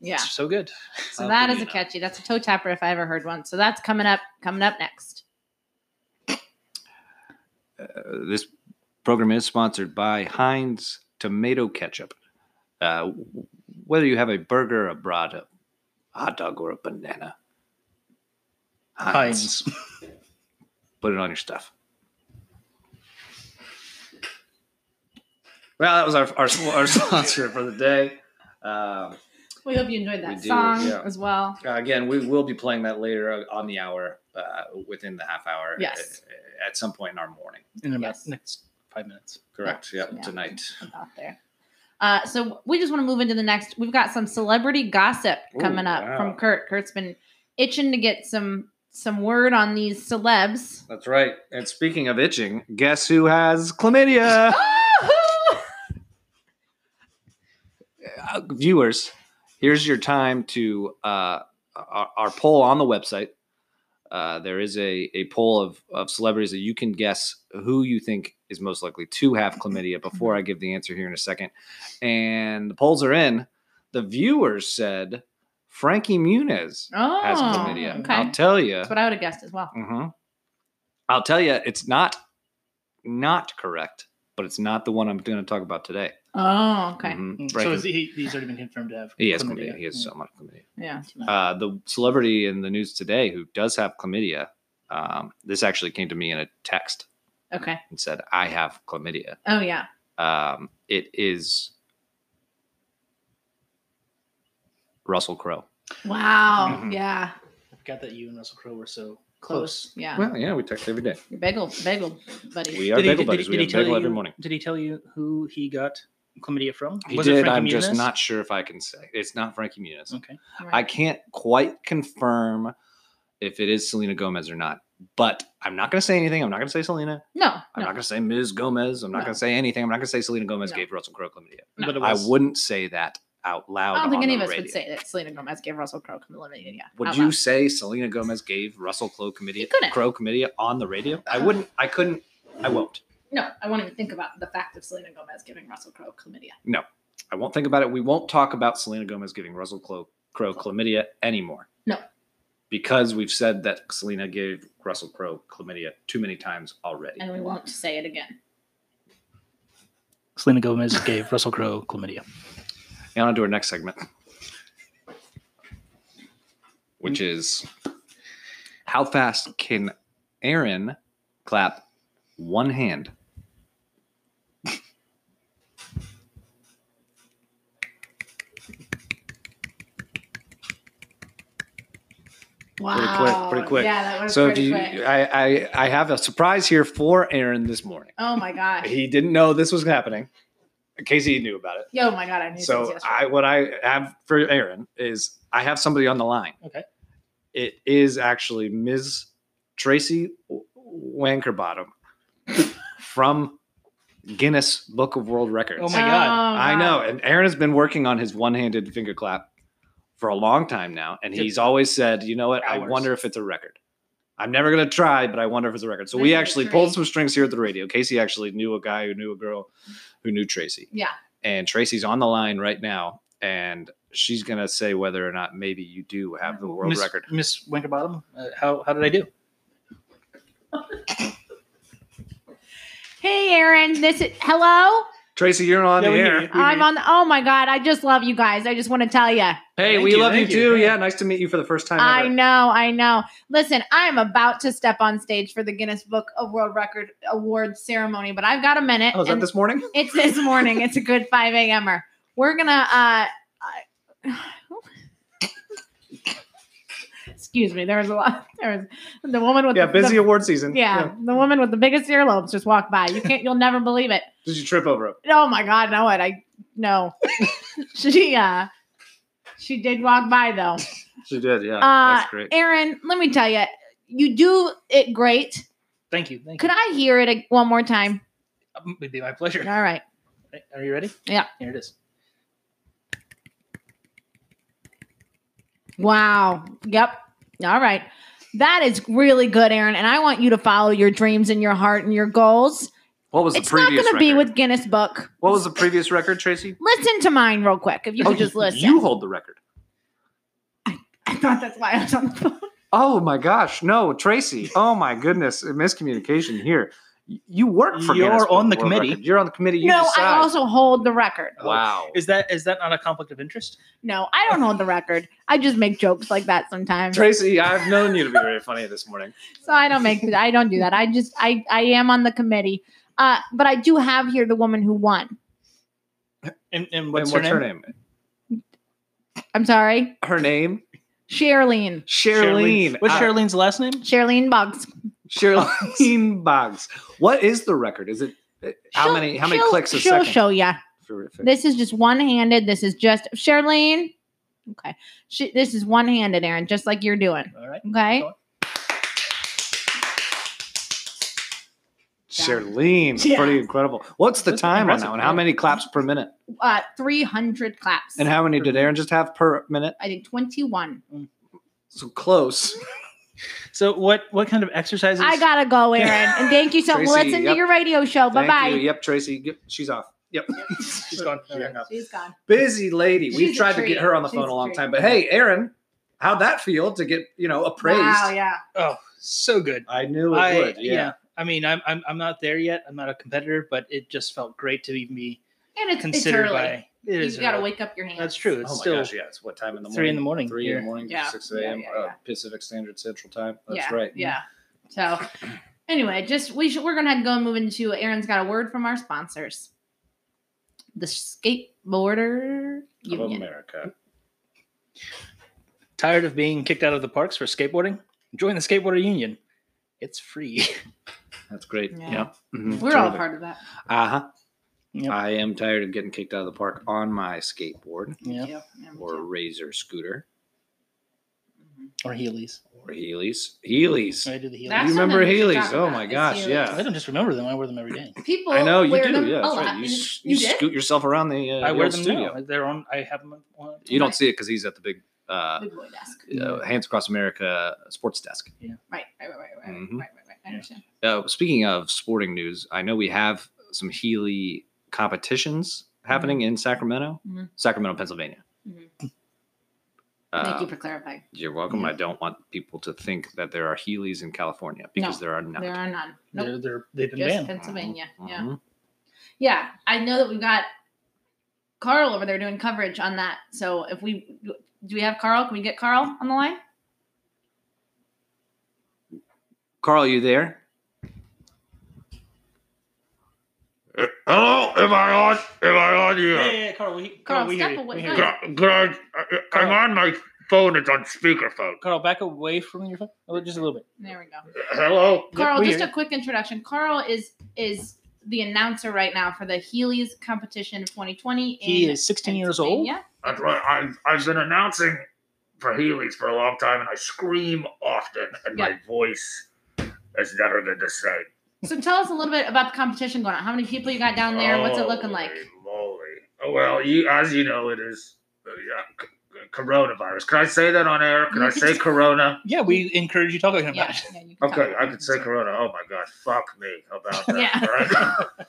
Speaker 5: yeah.
Speaker 2: It's so good.
Speaker 5: So
Speaker 4: How
Speaker 5: that
Speaker 4: could
Speaker 5: is
Speaker 4: you
Speaker 5: a
Speaker 4: not?
Speaker 5: catchy. That's a toe tapper if I ever heard one. So that's coming up. Coming up next.
Speaker 4: Uh, this program is sponsored by Heinz Tomato Ketchup. Uh, whether you have a burger, a brat, a hot dog, or a banana,
Speaker 2: Heinz.
Speaker 4: put it on your stuff. Well, that was our our, our sponsor for the day. Um,
Speaker 5: We hope you enjoyed
Speaker 4: We
Speaker 5: that
Speaker 4: do,
Speaker 5: song
Speaker 4: yeah.
Speaker 5: as well.
Speaker 4: Uh, again, we will be playing that later on the hour, uh, within the half hour.
Speaker 5: Yes.
Speaker 4: At, at some point in our morning.
Speaker 2: in about
Speaker 5: Yes.
Speaker 2: the next five minutes.
Speaker 4: Correct. Yeah.
Speaker 5: Yeah.
Speaker 4: Tonight.
Speaker 5: Out there. Uh, so we just want to move into the next. We've got some celebrity gossip
Speaker 4: Ooh,
Speaker 5: coming up
Speaker 4: wow.
Speaker 5: from Kurt. Kurt's been itching to get some some word on these celebs.
Speaker 4: That's right. And speaking of itching, guess who has chlamydia? Uh, viewers, here's your time to uh, our, our poll on the website. Uh, there is a, a poll of, of celebrities that you can guess who you think is most likely to have chlamydia before I give the answer here in a second. And the polls are in. The viewers said Frankie Muniz
Speaker 5: oh,
Speaker 4: has chlamydia.
Speaker 5: Okay,
Speaker 4: I'll tell you.
Speaker 5: that's what I would have guessed as well.
Speaker 4: Mm-hmm. I'll tell you, it's not not correct, but it's not the one I'm going to talk about today.
Speaker 5: Oh, okay,
Speaker 4: Mhm.
Speaker 2: Mm. So
Speaker 4: Frankie-
Speaker 2: is he, he's already been confirmed to have. Mm.
Speaker 4: he has
Speaker 2: chlamydia.
Speaker 4: chlamydia. He has
Speaker 2: Yeah.
Speaker 4: so much chlamydia.
Speaker 5: yeah. too much.
Speaker 4: Uh, the celebrity in the news today who does have chlamydia, um, this actually came to me in a text
Speaker 5: Okay.
Speaker 4: and said, "I have chlamydia."
Speaker 5: Oh yeah.
Speaker 4: Um, it is Russell Crowe.
Speaker 5: Wow.
Speaker 4: Mhm.
Speaker 5: Yeah.
Speaker 2: I forgot that you and Russell Crowe were so
Speaker 5: Close.
Speaker 2: close.
Speaker 5: Yeah.
Speaker 4: Well, yeah, we text every day.
Speaker 5: Your bagel, bagel, buddy.
Speaker 4: We are bagel buddies. We have bagel every
Speaker 2: you-
Speaker 4: morning.
Speaker 2: Did he tell you who he got chlamydia from?
Speaker 4: He
Speaker 2: it
Speaker 4: did.
Speaker 2: Frankie
Speaker 4: I'm just
Speaker 2: Muniz?
Speaker 4: not sure if I can say it's not Frankie Muniz.
Speaker 2: Okay.
Speaker 4: I can't quite confirm if it is Selena Gomez or not. But I'm not going to say anything. I'm not going to say Selena.
Speaker 5: no,
Speaker 4: I'm
Speaker 5: no.
Speaker 4: not going to say Ms. Gomez. I'm not
Speaker 5: No.
Speaker 4: going to say anything. I'm not going to say Selena Gomez
Speaker 5: No.
Speaker 4: gave Russell Crowe chlamydia.
Speaker 5: No.
Speaker 2: But it
Speaker 4: I
Speaker 2: was,
Speaker 4: wouldn't say that out loud.
Speaker 5: I don't think
Speaker 4: on
Speaker 5: any of
Speaker 4: the
Speaker 5: us would
Speaker 4: radio.
Speaker 5: say that Selena Gomez gave Russell Crowe chlamydia. Yeah.
Speaker 4: Would
Speaker 5: out
Speaker 4: you
Speaker 5: loud.
Speaker 4: say Selena Gomez gave Russell Crowe chlamydia?
Speaker 5: couldn't. Uh-huh.
Speaker 4: Crowe chlamydia on the radio? I wouldn't. I couldn't. I won't.
Speaker 5: No, I won't even think about the fact of Selena Gomez giving Russell Crowe chlamydia.
Speaker 4: I won't think about it. We won't talk about Selena Gomez giving Russell Crowe Crowe chlamydia anymore.
Speaker 5: No.
Speaker 4: Because we've said that Selena gave Russell Crowe chlamydia too many times already.
Speaker 5: and we won't say it again.
Speaker 2: Selena Gomez gave Russell Crowe chlamydia.
Speaker 4: And on to our next segment, which
Speaker 5: Mm.
Speaker 4: is how fast can Aaron clap one hand?
Speaker 5: Wow.
Speaker 4: pretty quick.
Speaker 5: Yeah, that was
Speaker 4: so if
Speaker 5: pretty
Speaker 4: you,
Speaker 5: quick.
Speaker 4: I, I, I have a surprise here for Aaron this morning.
Speaker 5: oh my god.
Speaker 4: He didn't know this was happening. Casey knew about it.
Speaker 5: Yo, my god, I knew
Speaker 4: so
Speaker 5: since yesterday.
Speaker 4: I, what I have for Aaron is I have somebody on the line.
Speaker 2: Okay.
Speaker 4: It is actually Ms. Tracy Wankerbottom from Guinness Book of World Records.
Speaker 2: Oh my God.
Speaker 5: Oh,
Speaker 4: I know.
Speaker 5: God.
Speaker 4: And Aaron has been working on his one-handed finger clap for a long time now, and
Speaker 2: Good.
Speaker 4: he's always said, "You know what? I
Speaker 2: Hours.
Speaker 4: wonder if it's a record. I'm never going to try, but I wonder if it's a record." So
Speaker 5: I
Speaker 4: we
Speaker 5: know
Speaker 4: actually
Speaker 5: Tracy.
Speaker 4: pulled some strings here at the radio. Casey actually knew a guy who knew a girl who knew Tracy,
Speaker 5: Yeah.
Speaker 4: and Tracy's on the line right now, and she's going to say whether or not maybe you do have the world
Speaker 2: Miss,
Speaker 4: record.
Speaker 2: Miss Winkerbottom, uh, how how did I do?
Speaker 5: Hey, Aaron. This is hello.
Speaker 4: Tracy, you're on
Speaker 2: Yeah,
Speaker 4: the
Speaker 2: we hear
Speaker 4: air.
Speaker 2: you.
Speaker 5: I'm on. The, oh my god, I just love you guys. I just want to tell you.
Speaker 4: Hey,
Speaker 2: Thank
Speaker 4: we
Speaker 2: you,
Speaker 4: love you
Speaker 2: thank you.
Speaker 4: too.
Speaker 2: Yeah.
Speaker 4: Yeah. nice to meet you for the first time.
Speaker 5: I
Speaker 4: ever.
Speaker 5: know, I know. Listen, I am about to step on stage for the Guinness Book of World Record Awards ceremony, but I've got a minute.
Speaker 4: Oh, is that
Speaker 5: and
Speaker 4: this morning?
Speaker 5: It's this morning. It's a good 5 a.m.er. We're going to. Uh, I- excuse me. There was a lot. There was the woman with
Speaker 4: Yeah,
Speaker 5: the,
Speaker 4: busy
Speaker 5: the-
Speaker 4: award season.
Speaker 5: yeah, the woman with the biggest earlobes just walked by. You can't. You'll never believe it.
Speaker 4: Did you trip over him?
Speaker 5: Oh my God, no, it. I no. she uh, she did walk by though.
Speaker 4: She did. Yeah,
Speaker 5: Uh,
Speaker 4: that's great.
Speaker 5: Aaron, let me tell you, you do it great.
Speaker 2: Thank you. Thank
Speaker 5: Could I hear it a- one more time?
Speaker 2: you. It'd be my pleasure.
Speaker 5: All right.
Speaker 2: Are you ready?
Speaker 5: Yeah.
Speaker 2: Here it is.
Speaker 5: Wow. Yep. All right. That is really good, Aaron. And I want you to follow your dreams and your heart and your goals.
Speaker 4: What was the
Speaker 5: it's not
Speaker 4: previous
Speaker 5: going to be
Speaker 4: record?
Speaker 5: with Guinness Book.
Speaker 4: What was the previous record, Tracy? Oh,
Speaker 5: Listen to mine real quick, if you could just listen.
Speaker 4: You hold the record.
Speaker 5: I thought that's why I was on the phone.
Speaker 4: Oh my gosh, no, Tracy. Oh my goodness, a miscommunication here. Y- You work for
Speaker 2: You're
Speaker 4: Guinness Book
Speaker 2: on the
Speaker 4: World
Speaker 2: committee.
Speaker 4: Record. You're on the committee. You
Speaker 5: no,
Speaker 4: decide.
Speaker 5: I also hold the record.
Speaker 4: wow.
Speaker 2: Is that is that not a conflict of interest?
Speaker 5: No, I don't hold the record. I just make jokes like that sometimes.
Speaker 4: Tracy, I've known you to be very funny this morning.
Speaker 5: So I don't make I don't do that. I just I I am on the committee. Uh, but I do have here the woman who won.
Speaker 2: And, and
Speaker 4: and
Speaker 2: what's,
Speaker 4: what's
Speaker 2: her,
Speaker 4: her
Speaker 2: name?
Speaker 4: name?
Speaker 5: I'm sorry.
Speaker 4: Her name?
Speaker 5: Charlene.
Speaker 4: Charlene.
Speaker 2: What's
Speaker 4: Uh,
Speaker 2: Charlene's last name?
Speaker 5: Charlene Bugs.
Speaker 4: Charlene Boggs. What is the record? Is it uh, how
Speaker 5: She'll-
Speaker 4: many how many
Speaker 5: she'll-
Speaker 4: clicks a
Speaker 5: she'll
Speaker 4: second?
Speaker 5: show you.
Speaker 4: Terrific.
Speaker 5: This is just one handed. This is just Charlene. Okay. She, this is one handed, Aaron, just like you're doing.
Speaker 2: All right.
Speaker 5: Okay.
Speaker 2: Go on.
Speaker 4: Charlene.
Speaker 5: Yeah.
Speaker 4: Pretty incredible. What's the
Speaker 2: That's
Speaker 4: time on
Speaker 2: impressive,
Speaker 4: that one?
Speaker 2: yeah.
Speaker 4: How many claps per minute?
Speaker 5: Uh, 300 claps.
Speaker 4: And how many did Aaron just have per minute?
Speaker 5: I did 21.
Speaker 4: So close.
Speaker 2: So what what kind of exercises?
Speaker 5: I got to go, Aaron. And thank you so much.
Speaker 4: Tracy,
Speaker 5: Listen
Speaker 4: yep.
Speaker 5: to your radio show. Bye
Speaker 4: Thank you.
Speaker 5: bye.
Speaker 4: Yep, Tracy. Yep, She's off. Yep.
Speaker 2: She's gone. She hung up.
Speaker 5: She's gone.
Speaker 4: Busy lady. We
Speaker 5: She's a
Speaker 4: tried to
Speaker 5: treat.
Speaker 4: get her on the
Speaker 5: She's
Speaker 4: phone
Speaker 5: a
Speaker 4: a long
Speaker 5: treat.
Speaker 4: time, but hey, Aaron, how'd that feel to get you know appraised?
Speaker 5: Wow, yeah.
Speaker 2: Oh, so good.
Speaker 4: I knew it
Speaker 2: I-
Speaker 4: would. Yeah.
Speaker 2: I mean, I'm, I'm I'm not there yet. I'm not a competitor, but it just felt great to even be
Speaker 5: And it's, it's
Speaker 2: considered
Speaker 5: early.
Speaker 2: by. It is
Speaker 5: You've got to
Speaker 2: early.
Speaker 5: wake up your hands.
Speaker 2: That's true. It's
Speaker 4: Oh my
Speaker 2: still
Speaker 4: gosh. Yeah. It's what time in the morning?
Speaker 2: three in the morning
Speaker 4: Three in
Speaker 2: here.
Speaker 4: the morning.
Speaker 5: Yeah.
Speaker 4: Six
Speaker 5: Yeah,
Speaker 4: a.m.
Speaker 5: yeah,
Speaker 4: uh,
Speaker 5: yeah.
Speaker 4: Pacific Standard Central Time. That's
Speaker 5: yeah,
Speaker 4: right.
Speaker 5: Yeah. So anyway, just we should we're gonna go and move into Aaron's got a word from our sponsors. The skateboarder
Speaker 4: Of
Speaker 5: union.
Speaker 4: America.
Speaker 2: tired of being kicked out of the parks for skateboarding. Join the skateboarder union. It's free.
Speaker 4: That's great.
Speaker 5: Yeah.
Speaker 4: Yeah. Mhm.
Speaker 5: We're all
Speaker 4: Terrific.
Speaker 5: part of that.
Speaker 4: Uh huh.
Speaker 2: Yep.
Speaker 4: I am tired of getting kicked out of the park on my skateboard
Speaker 2: yeah.
Speaker 5: Yeah, me
Speaker 4: or
Speaker 5: too. Mm-hmm.
Speaker 4: razor scooter
Speaker 2: Or Heelys.
Speaker 4: or Heelys. Heelys.
Speaker 2: I do the Heelys.
Speaker 5: That's
Speaker 4: you remember
Speaker 5: something we should
Speaker 4: Heelys?
Speaker 5: talk
Speaker 4: Oh
Speaker 5: about,
Speaker 4: my
Speaker 5: is
Speaker 4: gosh,
Speaker 5: Heelys.
Speaker 4: yeah.
Speaker 2: I don't just remember them. I wear them every day.
Speaker 5: People
Speaker 4: I know you
Speaker 5: wear
Speaker 4: do.
Speaker 5: them
Speaker 4: Yeah,
Speaker 5: a
Speaker 4: that's
Speaker 5: lot.
Speaker 4: right. You,
Speaker 5: And
Speaker 4: s-
Speaker 5: you
Speaker 4: you
Speaker 5: did?
Speaker 4: scoot yourself around the. Uh,
Speaker 2: I
Speaker 4: the
Speaker 2: wear
Speaker 4: old
Speaker 2: them
Speaker 4: studio.
Speaker 2: now. They're on. I have them on.
Speaker 4: You don't see it because he's at the big uh,
Speaker 5: Big boy desk.
Speaker 4: uh, Hands Across America sports desk.
Speaker 5: Right, right, right, right, right,
Speaker 4: Mhm.
Speaker 5: right, right, right. I understand.
Speaker 4: Uh, speaking of sporting news, I know we have some Healy
Speaker 5: Mm-hmm.
Speaker 4: competitions happening in Sacramento,
Speaker 5: Mhm.
Speaker 4: Sacramento, Pennsylvania.
Speaker 5: Mhm. Mm-hmm. Thank you
Speaker 4: Uh,
Speaker 5: for clarifying.
Speaker 4: you're welcome.
Speaker 5: Yeah.
Speaker 4: I don't want people to think that there are Heelys in California because there are not.
Speaker 5: There are none. Nope.
Speaker 2: They're, they're, they've been
Speaker 5: Just
Speaker 2: banned.
Speaker 5: Pennsylvania. Yeah.
Speaker 4: Mhm.
Speaker 5: Yeah, I know that we've got Carl over there doing coverage on that. So if we do, we have Carl. Can we get Carl on the line?
Speaker 4: Carl, you there? Hello, am I on? Am I on
Speaker 2: Yeah, yeah, yeah, Carl, we,
Speaker 5: Carl,
Speaker 2: Carl, we
Speaker 5: step
Speaker 2: hear you.
Speaker 5: away.
Speaker 2: We hear
Speaker 5: No.
Speaker 2: you.
Speaker 8: Greg, I'm on my phone. It's on speakerphone.
Speaker 2: Carl, back away from your phone, Oh, just a little bit.
Speaker 5: There we go.
Speaker 8: Hello.
Speaker 5: Carl,
Speaker 2: we
Speaker 5: just
Speaker 2: hear
Speaker 5: a quick introduction. Carl is is the announcer right now for the Healy's competition of 2020.
Speaker 2: He
Speaker 5: in
Speaker 2: is 16 years old.
Speaker 5: Pennsylvania.
Speaker 8: That's right. I've, I've been announcing for Healy's for a long time, and I scream often, and my voice is never been the same.
Speaker 5: So tell us a little bit about the competition going on. How many people you got down there? What's
Speaker 8: Oh,
Speaker 5: it looking like?
Speaker 8: Holy moly. Oh, well, you, as you know, it is uh, yeah, c- c- coronavirus. Can I say that on air? Can
Speaker 5: You
Speaker 8: I
Speaker 5: can
Speaker 8: say
Speaker 5: say-
Speaker 8: corona?
Speaker 2: Yeah, we encourage you talking about
Speaker 5: Yeah,
Speaker 2: it.
Speaker 5: yeah, you can
Speaker 8: Okay,
Speaker 5: talk.
Speaker 8: I could say corona. Oh my god, fuck me about that.
Speaker 5: Yeah.
Speaker 8: right?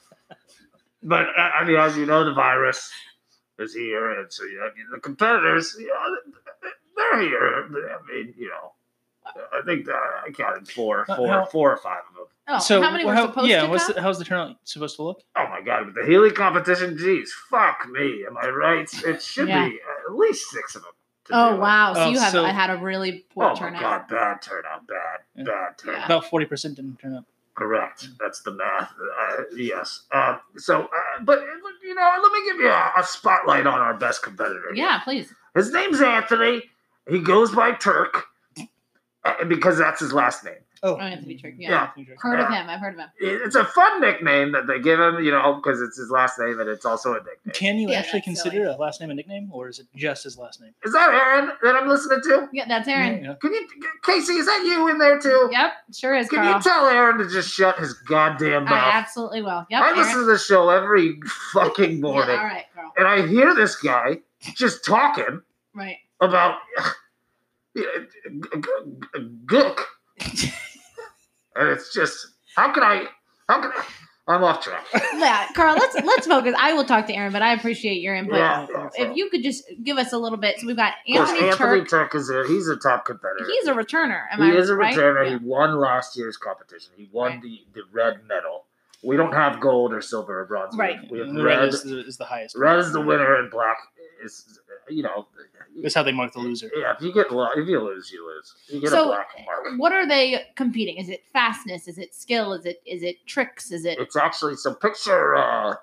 Speaker 8: but uh, I mean, as you know, the virus is here, and so you know, the competitors, you know, they're here. I mean, you know, I think that I counted four,
Speaker 2: Uh,
Speaker 8: four,
Speaker 2: how-
Speaker 8: four or five of them.
Speaker 5: Oh,
Speaker 2: so
Speaker 5: how many were
Speaker 2: how-
Speaker 5: supposed
Speaker 2: yeah,
Speaker 5: to
Speaker 2: what's
Speaker 5: come?
Speaker 2: the, how's the turnout supposed to look?
Speaker 8: Oh my god, but the Healy competition, geez, fuck me, am I right? It should
Speaker 5: Yeah.
Speaker 8: be at least six of them. to
Speaker 5: Oh
Speaker 8: do it.
Speaker 5: wow! So
Speaker 2: Oh,
Speaker 5: you have
Speaker 2: so-
Speaker 5: I had a really poor
Speaker 8: Oh my
Speaker 5: turnout.
Speaker 8: god, bad turnout,
Speaker 2: Yeah.
Speaker 8: bad, bad
Speaker 5: Uh,
Speaker 8: turnout.
Speaker 2: About 40% didn't turn up.
Speaker 8: Correct. That's the math. Uh, yes. Um, so, uh, but you know, let me give you a, a spotlight on our best competitor.
Speaker 5: Yeah, please.
Speaker 8: His name's Anthony. He goes by Turk uh, because that's his last name.
Speaker 2: Oh,
Speaker 5: Oh, Anthony Turk. Yeah.
Speaker 8: Yeah.
Speaker 5: Heard of him? I've heard of him.
Speaker 8: It- It's a fun nickname that they give him, you know, because it's his last name and it's also a nickname.
Speaker 2: Can you
Speaker 5: Yeah,
Speaker 2: actually
Speaker 5: that's
Speaker 2: consider a last name a nickname, or is it just his last name?
Speaker 8: Is that Aaron that I'm listening to?
Speaker 5: Yeah, that's Aaron.
Speaker 2: Yeah.
Speaker 8: Can you, Casey? Is that you in there too?
Speaker 5: Yep, sure is
Speaker 8: Can
Speaker 5: Carl.
Speaker 8: you tell Aaron to just shut his goddamn mouth?
Speaker 5: I absolutely will. Yep.
Speaker 8: I listen
Speaker 5: Aaron.
Speaker 8: to the show every fucking
Speaker 5: Yeah,
Speaker 8: morning.
Speaker 5: all right, Carl.
Speaker 8: and I hear this guy just talking
Speaker 5: Right.
Speaker 8: about yeah, g- g- g- gook, and it's just how can I? How can I? I'm off track.
Speaker 5: Yeah, Carl. Let's let's focus. I will talk to Aaron, but I appreciate your input.
Speaker 8: Yeah, yeah,
Speaker 5: If you could just give us a little bit, so we've got
Speaker 8: Of course,
Speaker 5: Anthony Turk.
Speaker 8: Turk is a, he's a top competitor.
Speaker 5: He's a returner. Am
Speaker 8: he
Speaker 5: I
Speaker 8: is a
Speaker 5: right?
Speaker 8: returner.
Speaker 5: Yeah.
Speaker 8: He won last year's competition. He won
Speaker 5: Right.
Speaker 8: the, the red medal. We don't have gold or silver or bronze. We have-
Speaker 5: Right.
Speaker 8: We have,
Speaker 2: The
Speaker 8: red.
Speaker 2: red is the, is the highest.
Speaker 8: red is the winner, and black is you know.
Speaker 2: That's how they mark the loser.
Speaker 8: Yeah, if you get lo- if you lose, you lose. You get
Speaker 5: So,
Speaker 8: a black mark.
Speaker 5: What are they competing? Is it fastness? Is it skill? Is it is it tricks? Is it
Speaker 8: it's actually so picture uh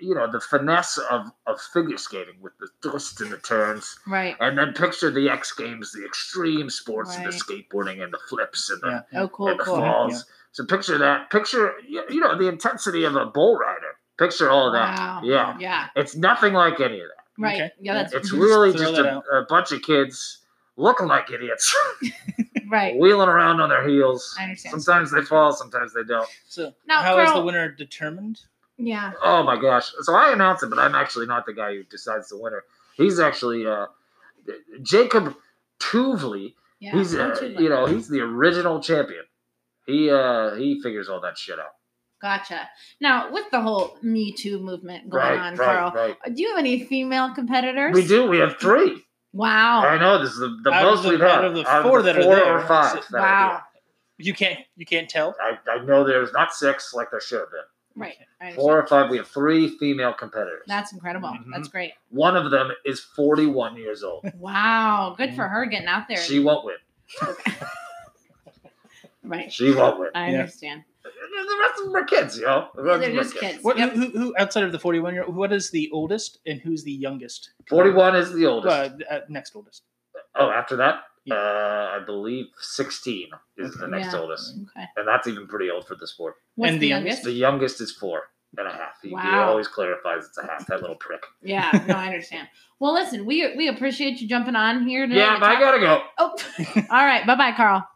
Speaker 8: you know the finesse of of figure skating with the twists and the turns
Speaker 5: right?
Speaker 8: and then picture the x games the extreme sports and the
Speaker 5: Right.
Speaker 8: skateboarding and the flips and the,
Speaker 2: Yeah.
Speaker 5: Oh, cool,
Speaker 8: and the
Speaker 5: cool.
Speaker 8: falls
Speaker 2: Yeah.
Speaker 8: so picture that picture y- you know the intensity of a bull rider picture all of that
Speaker 5: Wow.
Speaker 8: yeah
Speaker 5: Yeah.
Speaker 8: it's nothing like any of that
Speaker 5: Right.
Speaker 2: Okay.
Speaker 5: Yeah. That's
Speaker 8: it's really
Speaker 2: Throw
Speaker 8: just
Speaker 2: that
Speaker 8: a, a bunch of kids looking like idiots
Speaker 5: right.
Speaker 8: wheeling around on their heels
Speaker 5: I understand.
Speaker 8: sometimes they fall sometimes they don't
Speaker 2: So,
Speaker 5: Now,
Speaker 2: how is the
Speaker 5: Carl-
Speaker 2: winner determined?
Speaker 5: Yeah.
Speaker 8: Oh my gosh! So I announced it, but I'm actually not the guy who decides the winner. He's actually uh, Jacob Tuvley.
Speaker 5: Yeah.
Speaker 8: he's
Speaker 5: Don't
Speaker 8: uh,
Speaker 5: you
Speaker 8: you know he's the original champion. He uh he figures all that shit out.
Speaker 5: Gotcha. Now, with the whole Me Too movement going
Speaker 8: right,
Speaker 5: on,
Speaker 8: right,
Speaker 5: Carl,
Speaker 8: right.
Speaker 5: do you have any female competitors?
Speaker 8: We do. We have three.
Speaker 5: Wow.
Speaker 8: I know this is the, the
Speaker 2: Out of
Speaker 8: most
Speaker 2: the-
Speaker 8: we've had
Speaker 2: out of the four that are
Speaker 8: four
Speaker 2: there,
Speaker 8: or five.
Speaker 2: it's-
Speaker 8: that are
Speaker 5: Wow.
Speaker 2: You can't. You can't tell.
Speaker 8: here. I, I know there's not six like there should have been.
Speaker 5: Right. I understand.
Speaker 8: Four or five. We have three female competitors.
Speaker 5: That's incredible.
Speaker 2: Mhm.
Speaker 5: That's great.
Speaker 8: One of them is 41 years old.
Speaker 5: Wow. Good for her getting out there.
Speaker 8: she won't win.
Speaker 5: right.
Speaker 8: She won't win.
Speaker 5: I
Speaker 2: Yeah.
Speaker 5: understand.
Speaker 8: The rest of them are kids, you know. The rest
Speaker 5: They're
Speaker 8: of them are
Speaker 5: just kids.
Speaker 2: What,
Speaker 5: Yep.
Speaker 2: who, who outside of the forty-one year? What is the oldest and who's the youngest?
Speaker 8: 41 is the oldest.
Speaker 2: Uh, uh, next oldest.
Speaker 8: oh, after that,
Speaker 2: Yeah.
Speaker 8: uh, I believe 16 is the next
Speaker 5: Yeah.
Speaker 8: oldest.
Speaker 5: Okay.
Speaker 8: And that's even pretty old for the sport.
Speaker 5: What's
Speaker 2: And
Speaker 5: the
Speaker 2: the
Speaker 5: youngest?
Speaker 2: youngest?
Speaker 8: The youngest is four and a half. He, he
Speaker 5: Wow.
Speaker 8: always clarifies it's a half, that little prick.
Speaker 5: yeah. No, I understand. Well, listen, we we appreciate you jumping on here today.
Speaker 8: yeah,
Speaker 5: to
Speaker 8: but I
Speaker 5: talk-
Speaker 8: gotta go.
Speaker 5: Oh, all right. Bye, bye, Carl.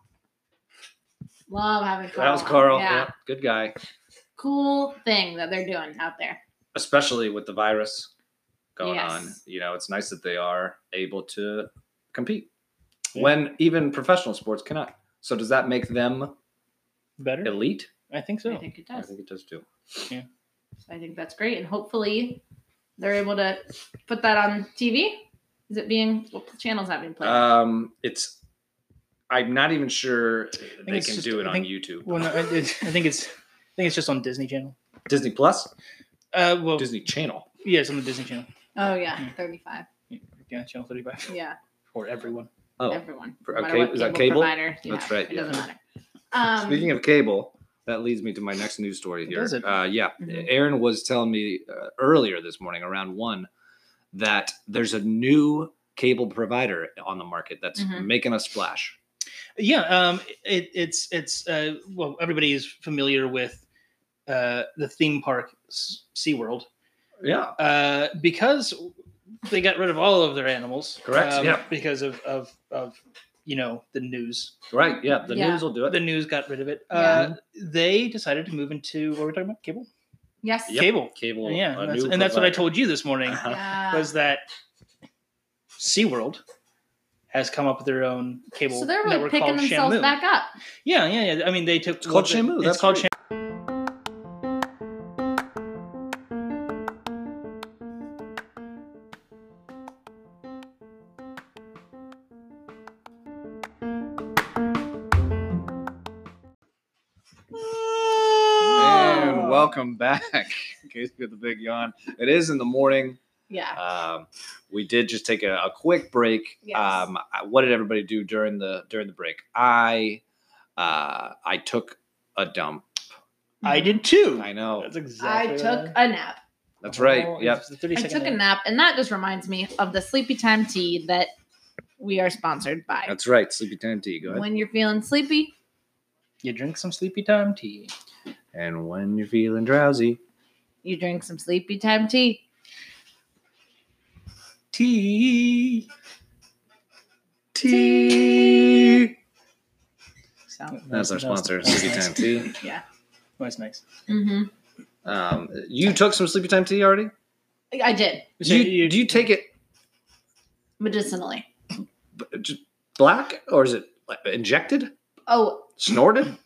Speaker 5: Love having Carl.
Speaker 4: That was Carl.
Speaker 5: on.
Speaker 4: Yeah.
Speaker 5: Yeah.
Speaker 4: Good guy.
Speaker 5: Cool thing that they're doing out there.
Speaker 4: Especially with the virus going
Speaker 5: Yes.
Speaker 4: on. You know, it's nice that they are able to compete
Speaker 2: Yeah.
Speaker 4: when even professional sports cannot. So does that make them
Speaker 2: Better.
Speaker 4: elite?
Speaker 2: I think so.
Speaker 5: I think it does.
Speaker 4: I think it does too.
Speaker 5: So I think that's great, and hopefully they're able to put that on TV. Is it being what channels that being played?
Speaker 4: Um, it's. I'm not even sure they
Speaker 2: it's
Speaker 4: can
Speaker 2: just-
Speaker 4: do it
Speaker 2: I
Speaker 4: on
Speaker 2: think-
Speaker 4: YouTube.
Speaker 2: Well, no, it, it- I think it's I think it's just on Disney Channel.
Speaker 4: Disney Plus,
Speaker 2: Uh, well,
Speaker 4: Disney Channel.
Speaker 2: yeah, it's on the Disney Channel.
Speaker 5: oh yeah, thirty-five.
Speaker 2: Yeah, Channel Thirty Five
Speaker 5: Yeah,
Speaker 2: for everyone.
Speaker 4: Oh,
Speaker 5: everyone.
Speaker 4: for-
Speaker 5: no matter
Speaker 4: okay,
Speaker 5: what
Speaker 4: is that cable?
Speaker 5: provider, you
Speaker 4: That's
Speaker 5: have,
Speaker 4: right,
Speaker 5: It
Speaker 4: yeah.
Speaker 5: doesn't matter. Um,
Speaker 4: Speaking of cable, that leads me to my next news story here.
Speaker 2: Does it? Mm-hmm.
Speaker 4: Uh, yeah,
Speaker 5: Mhm.
Speaker 4: Aaron was telling me uh, earlier this morning, around one, that there's a new cable provider on the market that's
Speaker 5: Mhm.
Speaker 2: Mm-hmm.
Speaker 4: making a splash.
Speaker 2: Yeah, um, it, it's it's uh, well, everybody is familiar with uh, the theme park S- SeaWorld
Speaker 4: Yeah,
Speaker 2: uh, because they got rid of all of their animals. Um,
Speaker 4: Correct, yeah.
Speaker 2: Because of of of you know the news.
Speaker 4: right. Yeah, the
Speaker 5: Yeah.
Speaker 4: news will do it.
Speaker 2: The news got rid of it. Uh, they decided to move into what were we talking about? Cable.
Speaker 5: yes,
Speaker 4: Yep.
Speaker 2: Cable.
Speaker 4: cable,
Speaker 2: Yeah,
Speaker 4: a
Speaker 2: that's,
Speaker 4: new
Speaker 2: and that's what I
Speaker 4: provider. Uh-huh.
Speaker 2: told you this morning.
Speaker 5: yeah.
Speaker 2: was that SeaWorld has come up with their own cable
Speaker 5: so they're really
Speaker 2: network
Speaker 5: picking
Speaker 2: called
Speaker 5: themselves
Speaker 2: Shamu.
Speaker 5: back up.
Speaker 2: Yeah, yeah, yeah. I mean, they took
Speaker 4: It's called
Speaker 2: what the-
Speaker 4: Shamu,
Speaker 2: It's
Speaker 4: that's
Speaker 2: called
Speaker 4: right.
Speaker 2: Shamu. Oh.
Speaker 9: And welcome back. In case you got the big yawn, it is in the morning.
Speaker 5: Yeah.
Speaker 4: Um, we did just take a, a quick break.
Speaker 5: Yes.
Speaker 4: Um, I- what did everybody do during the during the break? I uh, I took a dump.
Speaker 2: I did too.
Speaker 4: I know.
Speaker 2: That's exactly.
Speaker 5: I
Speaker 2: what
Speaker 5: took
Speaker 2: did.
Speaker 5: a nap.
Speaker 4: That's right.
Speaker 2: Oh,
Speaker 4: Yep.
Speaker 2: it's the 30
Speaker 5: I
Speaker 2: second
Speaker 5: took a
Speaker 2: nap.
Speaker 5: nap, and that just reminds me of the sleepy time tea that we are sponsored by.
Speaker 4: That's right. Sleepy time tea. Go ahead.
Speaker 5: when you're feeling sleepy,
Speaker 2: You drink some sleepy time tea.
Speaker 4: And when you're feeling drowsy,
Speaker 5: you drink some sleepy time tea.
Speaker 2: Tea.
Speaker 4: tea.
Speaker 5: So,
Speaker 4: That's our sponsor,
Speaker 2: that's
Speaker 4: Sleepy
Speaker 2: nice.
Speaker 4: Time Tea.
Speaker 2: That's nice.
Speaker 5: hmm
Speaker 4: Um, you took some Sleepy Time Tea already.
Speaker 5: I did
Speaker 2: So
Speaker 4: Do you,
Speaker 2: you-
Speaker 4: do you take it
Speaker 5: medicinally.
Speaker 4: b- just black or is it like, injected,
Speaker 5: Oh,
Speaker 4: snorted,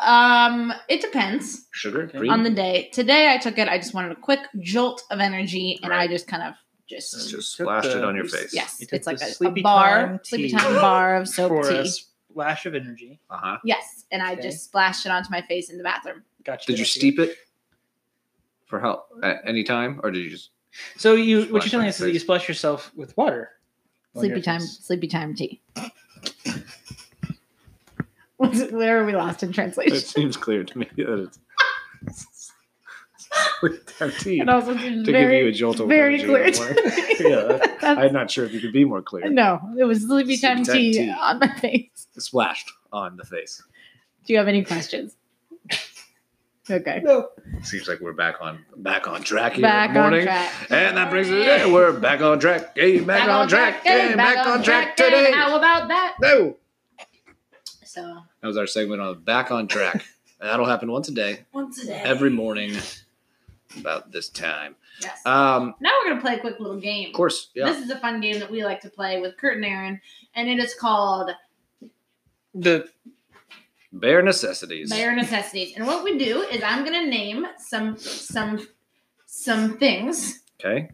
Speaker 5: um, it depends
Speaker 4: sugar,
Speaker 2: Okay.
Speaker 4: cream?
Speaker 5: on the day. Today, I took it. I just wanted a quick jolt of energy, and I
Speaker 4: Right.
Speaker 5: just kind of just
Speaker 4: just
Speaker 2: Took
Speaker 4: splashed it
Speaker 2: the-
Speaker 4: on your face.
Speaker 5: yes,
Speaker 2: You took
Speaker 5: it's like
Speaker 2: the
Speaker 5: a, a
Speaker 2: sleepy
Speaker 5: bar,
Speaker 2: time
Speaker 5: sleepy
Speaker 2: tea
Speaker 5: time bar of soap
Speaker 2: For
Speaker 5: tea.
Speaker 2: a splash of energy.
Speaker 4: Uh huh.
Speaker 5: Yes, and I
Speaker 2: Okay.
Speaker 5: just splashed it onto my face in the bathroom.
Speaker 2: Gotcha.
Speaker 4: Did you
Speaker 2: Gotcha.
Speaker 4: steep it for help at any time, or did you just?
Speaker 2: So you, what
Speaker 4: Splash
Speaker 2: you're telling
Speaker 4: on
Speaker 2: us is
Speaker 4: your
Speaker 2: that you
Speaker 4: face.
Speaker 2: splash yourself with water. on your
Speaker 5: sleepy time,
Speaker 2: face.
Speaker 5: sleepy time tea. What's it- Where are we lost in translation?
Speaker 4: seems clear to me that it's sleepy time tea
Speaker 5: It also seems very,
Speaker 4: jolt
Speaker 5: very clear.
Speaker 4: in the
Speaker 5: To me.
Speaker 4: morning. Yeah, that-
Speaker 5: That's-
Speaker 4: not sure if you could be more clear.
Speaker 5: no, it was sleepy
Speaker 4: Sleepy
Speaker 5: time
Speaker 4: time
Speaker 5: tea,
Speaker 4: tea.
Speaker 5: on my face.
Speaker 4: Splashed on the face.
Speaker 5: Do you have any questions? Okay,
Speaker 4: Seems like we're back on back on track here
Speaker 5: back
Speaker 4: in the morning.
Speaker 5: on track.
Speaker 4: And that brings us today. We're back on track. Hey, back, on, track. Hey, back, on track,
Speaker 5: hey,
Speaker 4: today.
Speaker 5: How about that?
Speaker 4: No.
Speaker 5: So
Speaker 4: That was our segment on back on track. And That'll happen once a day,
Speaker 5: once a day.
Speaker 4: every morning, about this time.
Speaker 5: yes.
Speaker 4: Um,
Speaker 5: now we're gonna play a quick little game.
Speaker 4: of course, yeah.
Speaker 5: This is a fun game that we like to play with Kurt and Aaron, and it is called
Speaker 2: The
Speaker 4: Bare necessities.
Speaker 5: Bare Necessities. And what we do is I'm gonna name some some some things,
Speaker 4: Okay.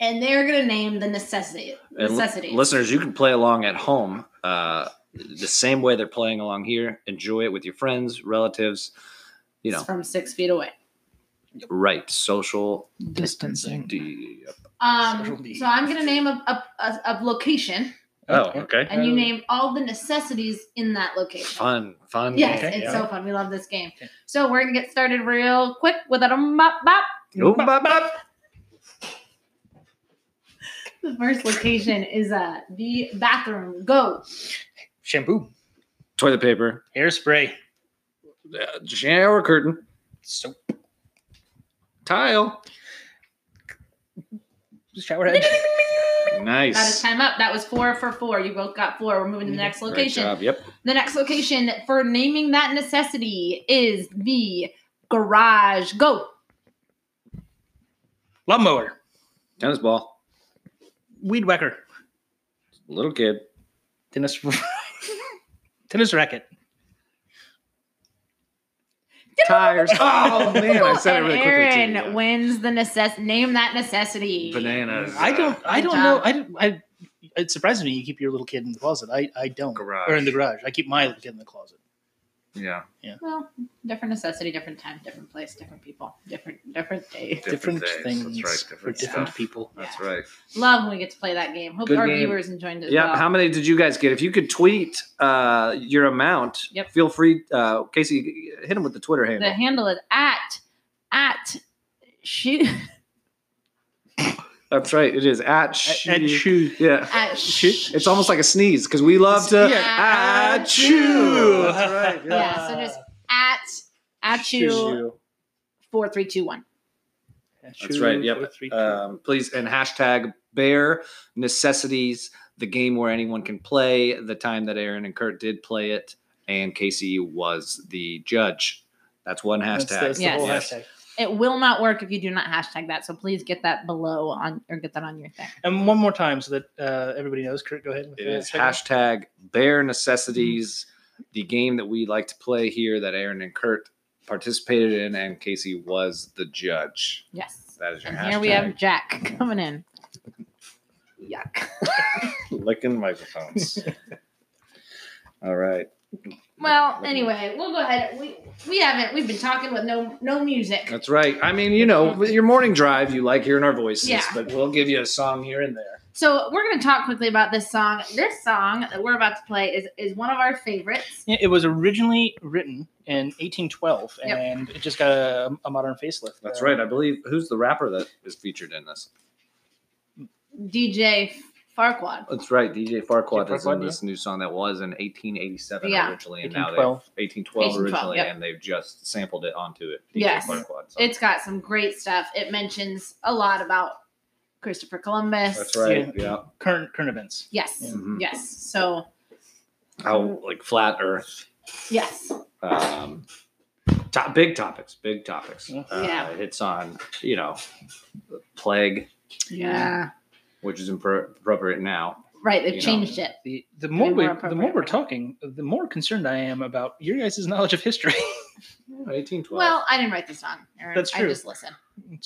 Speaker 5: and they're gonna name the necessity
Speaker 4: And
Speaker 5: necessities.
Speaker 4: listeners, you can play along at home uh, the same way they're playing along here. Enjoy it with your friends, relatives, you know,
Speaker 5: from six feet away.
Speaker 4: right. Social
Speaker 3: Distancing.
Speaker 4: D.
Speaker 2: Social
Speaker 5: Um,
Speaker 2: media.
Speaker 5: so I'm gonna name a, a, a, a location,
Speaker 4: Oh, okay.
Speaker 5: and you
Speaker 2: Oh.
Speaker 5: name all the necessities in that location.
Speaker 4: Fun, fun.
Speaker 5: Yes,
Speaker 2: Okay.
Speaker 5: it's
Speaker 2: Yeah.
Speaker 5: so fun. We love this game.
Speaker 2: Okay.
Speaker 5: So we're gonna get started real quick with a mop bop.
Speaker 4: Ooh, bop, bop.
Speaker 5: The first location is uh the bathroom. Go.
Speaker 2: shampoo,
Speaker 4: Toilet paper,
Speaker 2: hairspray,
Speaker 4: uh, shower curtain,
Speaker 2: soap,
Speaker 4: tile.
Speaker 2: shower head.
Speaker 4: Nice.
Speaker 5: That is time up. That was four for four. You both got four. We're moving to the next
Speaker 4: Great
Speaker 5: location.
Speaker 4: job. Yep.
Speaker 5: The next location for naming that necessity is the garage. Go.
Speaker 2: Lawnmower,
Speaker 4: Tennis ball.
Speaker 2: weed whacker,
Speaker 4: Little kid.
Speaker 2: tennis, tennis racket,
Speaker 9: tires. Oh man, I said it
Speaker 5: And
Speaker 9: really quickly.
Speaker 5: Aaron
Speaker 9: Too. yeah.
Speaker 5: wins the necess. Name that necessity.
Speaker 9: Bananas.
Speaker 2: I don't. I
Speaker 5: Good
Speaker 2: don't know.
Speaker 5: job.
Speaker 2: I don't. I. It surprises me you keep your little kid in the closet. I. I don't.
Speaker 9: Garage.
Speaker 2: Or in the garage. I keep my little kid in the closet.
Speaker 9: Yeah.
Speaker 5: Well, different necessity, different time, different place, different people, different different day.
Speaker 2: Different,
Speaker 9: days.
Speaker 2: things
Speaker 9: That's right. Different
Speaker 2: for different
Speaker 9: stuff.
Speaker 2: people.
Speaker 9: That's right.
Speaker 5: Love when we get to play that game. Hope
Speaker 9: Good
Speaker 5: our
Speaker 9: game.
Speaker 5: viewers enjoyed it. as
Speaker 4: Yeah.
Speaker 5: well.
Speaker 4: How many did you guys get? If you could tweet uh, your amount,
Speaker 5: Yep.
Speaker 4: feel free. Uh, Casey, hit him with the Twitter handle.
Speaker 5: The handle is at at shoot
Speaker 4: That's right. It is at
Speaker 2: A- And
Speaker 4: shoe.
Speaker 2: shoe.
Speaker 4: Yeah.
Speaker 5: at sh-
Speaker 4: It's almost like a sneeze because we love to
Speaker 2: Yeah.
Speaker 4: at
Speaker 5: At
Speaker 4: you.
Speaker 5: you.
Speaker 4: That's right. Yeah.
Speaker 5: yeah. So just at at you four three two one.
Speaker 4: That's right, yep.
Speaker 2: Four, three, two.
Speaker 4: Um, please and hashtag bear necessities, the game where anyone can play. The time that Aaron and Kurt did play it, and Casey was the judge. That's one hashtag.
Speaker 2: That's, that's the
Speaker 5: Yes.
Speaker 2: whole
Speaker 4: Yes.
Speaker 2: hashtag.
Speaker 5: It will not work if you do not hashtag that. So please get that below on or get that on your thing.
Speaker 2: And one more time so that uh, everybody knows. Kurt, go ahead. with
Speaker 4: It
Speaker 2: the
Speaker 4: is
Speaker 2: second one.
Speaker 4: hashtag bare necessities, the game that we like to play here that Aaron and Kurt participated in, and Casey was the judge.
Speaker 5: Yes.
Speaker 4: That is your
Speaker 5: And
Speaker 4: hashtag.
Speaker 5: here we have Jack coming in. Yuck.
Speaker 4: licking microphones. All right.
Speaker 5: Well, anyway, we'll go ahead. We we haven't. We've been talking with no no music.
Speaker 4: That's right. I mean, you know, with your morning drive, you like hearing our voices,
Speaker 5: Yeah.
Speaker 4: but we'll give you a song here and there.
Speaker 5: So we're going to talk quickly about this song. This song that we're about to play is is one of our favorites.
Speaker 2: Yeah, it was originally written in 1812,
Speaker 5: Yep.
Speaker 2: and it just got a, a modern facelift.
Speaker 4: That's
Speaker 2: Uh,
Speaker 4: right. I believe who's the rapper that is featured in this?
Speaker 5: DJ Farquad.
Speaker 4: That's right. DJ Farquaad is in
Speaker 2: Farquaad,
Speaker 4: this new song that was in 1887
Speaker 5: Yeah.
Speaker 4: originally, and now they
Speaker 2: 1812.
Speaker 4: 1812 originally,
Speaker 5: 1812, yep.
Speaker 4: and they've just sampled it onto it. DJ
Speaker 5: Yes.
Speaker 4: Farquaad song.
Speaker 5: It's got some great stuff. It mentions a lot about Christopher Columbus.
Speaker 4: That's right. Yeah.
Speaker 2: Current current events.
Speaker 5: Yes.
Speaker 2: Yeah.
Speaker 4: Mhm.
Speaker 5: Yes. So
Speaker 4: How like flat Earth.
Speaker 5: yes.
Speaker 4: Um, top, big topics. Big topics.
Speaker 2: Yeah.
Speaker 4: Uh,
Speaker 5: Yeah.
Speaker 4: It hits on you know plague,
Speaker 5: Yeah.
Speaker 4: which is impro- appropriate now.
Speaker 5: Right. They've
Speaker 4: You know.
Speaker 5: changed it.
Speaker 2: The the more we
Speaker 5: more
Speaker 2: the more we're
Speaker 5: appropriate.
Speaker 2: talking, the more concerned I am about your guys' knowledge of history.
Speaker 4: Eighteen twelve.
Speaker 5: Well, I didn't write this song. Aaron.
Speaker 2: That's
Speaker 5: I
Speaker 2: true.
Speaker 5: just listen.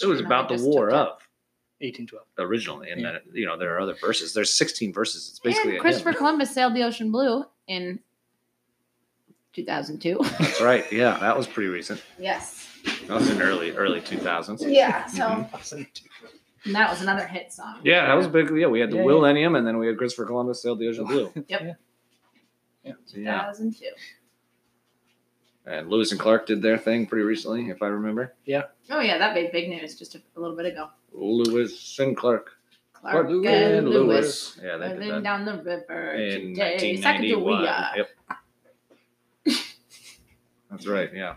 Speaker 4: it was
Speaker 5: No,
Speaker 4: about
Speaker 5: I
Speaker 4: the
Speaker 5: just
Speaker 4: war
Speaker 5: took
Speaker 4: of
Speaker 2: 1812.
Speaker 4: originally, and
Speaker 2: Yeah.
Speaker 4: then you know there are other verses. There's 16 verses. It's basically
Speaker 5: and
Speaker 4: a
Speaker 5: Christopher
Speaker 4: hymn.
Speaker 5: Columbus sailed the ocean blue in 2002.
Speaker 4: That's right. Yeah, that was pretty recent.
Speaker 5: yes.
Speaker 4: That was in early early 2000s.
Speaker 5: Yeah. So
Speaker 4: Mhm.
Speaker 5: and that was another hit song.
Speaker 4: Yeah, that was big. Yeah, we had the
Speaker 2: Yeah, yeah.
Speaker 4: Millennium, and then we had Christopher Columbus sailed the ocean blue.
Speaker 5: Yep.
Speaker 4: Yeah,
Speaker 5: 2002.
Speaker 4: and Lewis and Clark did their thing pretty recently, if I remember.
Speaker 5: Oh yeah, that made big news just a, a little bit ago.
Speaker 4: Lewis and Clark.
Speaker 5: Clark and Lewis.
Speaker 4: Yeah, they
Speaker 5: Living
Speaker 4: did that.
Speaker 5: down the river
Speaker 4: In
Speaker 5: today.
Speaker 4: 1991.
Speaker 5: Sacagawea.
Speaker 4: Yep. That's right. Yeah.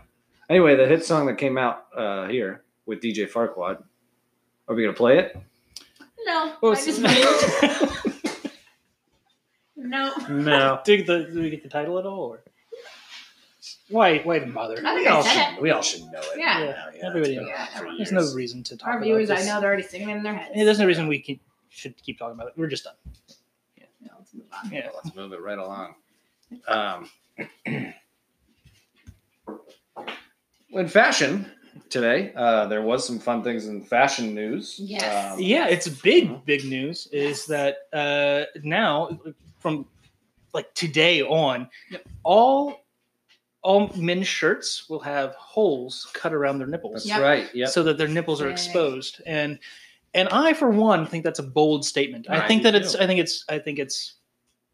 Speaker 4: Anyway, the hit song that came out uh, here with DJ Farquad. Are we gonna play it?
Speaker 5: No,
Speaker 2: Well,
Speaker 5: I just no.
Speaker 4: No.
Speaker 2: Did, the, did we get the title at all? Or? Why why even bother?
Speaker 5: I
Speaker 2: We
Speaker 5: think I
Speaker 2: all
Speaker 5: said
Speaker 4: We all should know it.
Speaker 5: Yeah.
Speaker 2: Yeah, everybody
Speaker 4: it's been
Speaker 5: knows.
Speaker 4: around for
Speaker 2: There's no
Speaker 4: years.
Speaker 2: reason to talk
Speaker 5: Our
Speaker 2: about
Speaker 5: viewers, I
Speaker 2: this.
Speaker 5: know, they're already singing in their heads.
Speaker 2: Yeah, There's no reason we can, should keep talking about it. We're just done.
Speaker 5: No, let's move on.
Speaker 2: Yeah.
Speaker 4: Let's move it right along. Um, in fashion today, uh, there was some fun things in fashion news.
Speaker 5: Yes.
Speaker 4: Um,
Speaker 2: Yeah, it's big, big news is that uh, now from like today on, all all men's shirts will have holes cut around their nipples
Speaker 4: that's
Speaker 5: Yep.
Speaker 4: right. Yep.
Speaker 2: so that their nipples are
Speaker 5: Yay.
Speaker 2: exposed. And and I for one think that's a bold statement. I,
Speaker 4: I
Speaker 2: think
Speaker 4: do
Speaker 2: that it's
Speaker 4: too.
Speaker 2: I think it's I think it's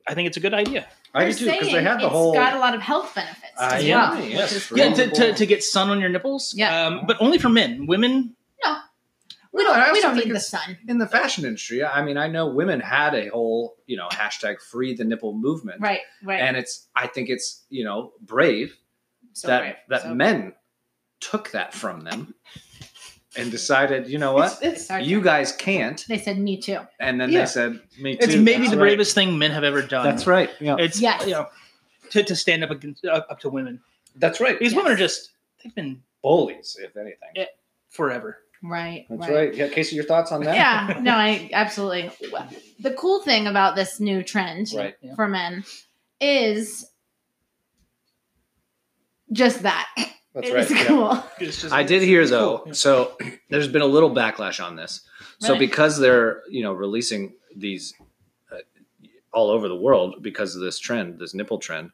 Speaker 2: I think it's a good idea.
Speaker 4: I
Speaker 5: They're
Speaker 4: do too because they
Speaker 5: saying
Speaker 4: had the
Speaker 5: it's
Speaker 4: whole.
Speaker 5: got a lot of health benefits
Speaker 4: Uh,
Speaker 5: as
Speaker 2: yeah,
Speaker 5: well. which
Speaker 4: yes,
Speaker 5: is
Speaker 4: for
Speaker 2: Yeah,
Speaker 5: good.
Speaker 2: to, to, to get sun on your nipples.
Speaker 5: Yeah.
Speaker 2: Um, but only for men. Women
Speaker 5: we
Speaker 4: Well, I
Speaker 5: don't, we
Speaker 4: also
Speaker 5: don't
Speaker 4: think
Speaker 5: need the
Speaker 4: it's-
Speaker 5: sun.
Speaker 4: in the fashion industry, I mean, I know women had a whole, you know, hashtag free the nipple movement.
Speaker 5: Right, right.
Speaker 4: And it's, I think it's, you know, brave
Speaker 5: so
Speaker 4: that,
Speaker 5: brave,
Speaker 4: that
Speaker 5: so-
Speaker 4: men took that from them and decided, you know what?
Speaker 5: It's our
Speaker 4: You
Speaker 5: turn.
Speaker 4: guys can't.
Speaker 5: They said me too.
Speaker 4: And then
Speaker 2: Yeah.
Speaker 4: they said, me too.
Speaker 2: it's maybe
Speaker 4: That's
Speaker 2: the
Speaker 4: right.
Speaker 2: bravest thing men have ever done.
Speaker 4: That's right. Yeah.
Speaker 2: It's yeah,
Speaker 5: Yes.
Speaker 2: you know, to, to stand up against uh, up, up to women
Speaker 4: That's right.
Speaker 2: because women are just they've been
Speaker 4: Bullies, if anything.
Speaker 2: Yeah. forever.
Speaker 5: Right.
Speaker 4: That's right. Yeah. Casey, your thoughts on that?
Speaker 5: Yeah, no, I absolutely. The cool thing about this new trend
Speaker 4: Right.
Speaker 2: Yeah.
Speaker 5: for men is just that It
Speaker 4: That's
Speaker 5: is
Speaker 4: right. yeah.
Speaker 5: cool.
Speaker 2: It's just-
Speaker 4: I did hear
Speaker 2: it's
Speaker 4: though.
Speaker 2: cool.
Speaker 4: So there's been a little backlash on this. So
Speaker 5: Right.
Speaker 4: because they're you know releasing these uh, all over the world because of this trend, this nipple trend,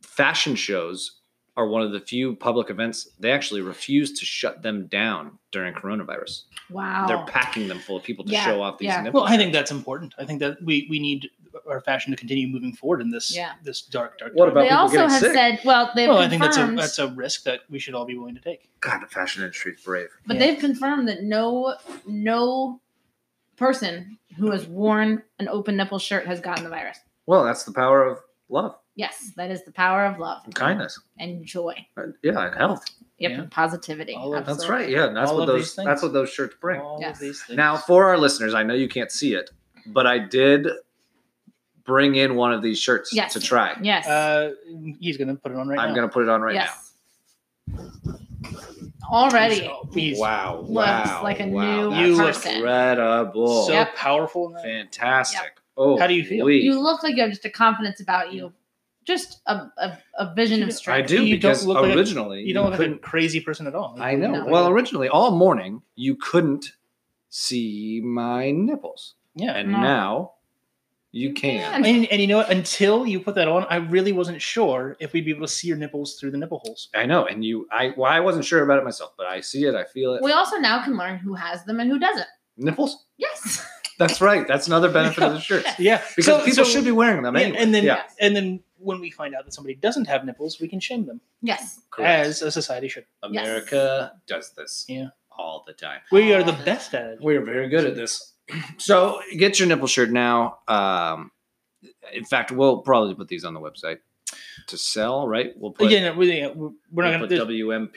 Speaker 4: fashion shows are one of the few public events they actually refuse to shut them down during coronavirus.
Speaker 5: Wow.
Speaker 4: They're packing them full of people to
Speaker 5: Oh. Yeah,
Speaker 4: show off these
Speaker 5: yeah.
Speaker 4: nipples.
Speaker 2: Well, I think that's important. I think that we we need our fashion to continue moving forward in this
Speaker 5: Yeah.
Speaker 2: this dark dark.
Speaker 4: What
Speaker 2: dark-
Speaker 4: about
Speaker 5: they
Speaker 4: people
Speaker 5: also
Speaker 4: getting
Speaker 5: have
Speaker 4: sick?
Speaker 5: said, well, they've
Speaker 2: Well, I think
Speaker 5: confirmed,
Speaker 2: that's a that's a risk that we should all be willing to take.
Speaker 4: God, the fashion industry is brave.
Speaker 5: but
Speaker 2: yeah.
Speaker 5: they've confirmed that no no person who has worn an open nipple shirt has gotten the virus.
Speaker 4: Well, that's the power of love
Speaker 5: Yes, that is the power of love
Speaker 4: and kindness.
Speaker 5: and joy.
Speaker 4: And- Yeah, and health.
Speaker 5: Yep,
Speaker 2: Yeah.
Speaker 5: and positivity.
Speaker 2: All of-
Speaker 4: That's
Speaker 5: Absolutely.
Speaker 4: right. Yeah, and that's
Speaker 2: All
Speaker 4: what
Speaker 2: of
Speaker 4: those
Speaker 2: these things.
Speaker 4: that's what those shirts bring.
Speaker 2: All
Speaker 5: Yes.
Speaker 2: of these things.
Speaker 4: Now, for our listeners, I know you can't see it, but I did bring in one of these shirts
Speaker 5: Yes.
Speaker 4: to try.
Speaker 5: Yes.
Speaker 2: uh, he's gonna put it on right
Speaker 4: I'm
Speaker 2: now.
Speaker 4: going to put it on right
Speaker 5: yes. Already
Speaker 2: So,
Speaker 4: now.
Speaker 2: he's
Speaker 4: Wow.
Speaker 5: looks
Speaker 4: wow.
Speaker 5: like a
Speaker 4: wow.
Speaker 5: new
Speaker 4: That's
Speaker 2: You look
Speaker 5: person.
Speaker 4: incredible.
Speaker 2: so
Speaker 5: Yep.
Speaker 2: powerful. In that.
Speaker 4: Fantastic. Oh,
Speaker 2: How do you feel?
Speaker 4: wait.
Speaker 5: you look like you have just a confidence about you, just a, a, a vision of
Speaker 4: I
Speaker 5: strength.
Speaker 4: do
Speaker 2: You don't
Speaker 4: because
Speaker 2: look like a-
Speaker 4: originally
Speaker 2: You don't look like a
Speaker 4: couldn't-
Speaker 2: crazy person at all.
Speaker 4: I know.
Speaker 5: No.
Speaker 4: Well, originally all morning you couldn't see my nipples,
Speaker 2: yeah.
Speaker 4: and
Speaker 5: No.
Speaker 4: now you can.
Speaker 5: can.
Speaker 2: And, and you know what? Until you put that on, I really wasn't sure if we'd be able to see your nipples through the nipple holes.
Speaker 4: I know, and you. I well, I wasn't sure about it myself, but I see it. I feel it.
Speaker 5: We also now can learn who has them and who doesn't.
Speaker 4: Nipples.
Speaker 5: Yes.
Speaker 4: That's right. That's another benefit of the shirt.
Speaker 2: Yeah,
Speaker 4: Because
Speaker 2: So-
Speaker 4: people
Speaker 2: so-
Speaker 4: should be wearing them
Speaker 2: yeah,
Speaker 4: anyway.
Speaker 2: and then
Speaker 4: yeah,
Speaker 2: and then when we find out that somebody doesn't have nipples, we can shame them
Speaker 5: Yes.
Speaker 4: correct.
Speaker 2: as a society should.
Speaker 4: America does this
Speaker 2: Yeah.
Speaker 4: all the time.
Speaker 2: We are the best at it.
Speaker 4: We're very good at this. So get your nipple shirt now. Um, in fact, we'll probably put these on the website to sell, right? We'll put,
Speaker 2: Uh, yeah, no, we, yeah, we're we're
Speaker 4: we'll
Speaker 2: not gonna.
Speaker 4: put
Speaker 2: there's-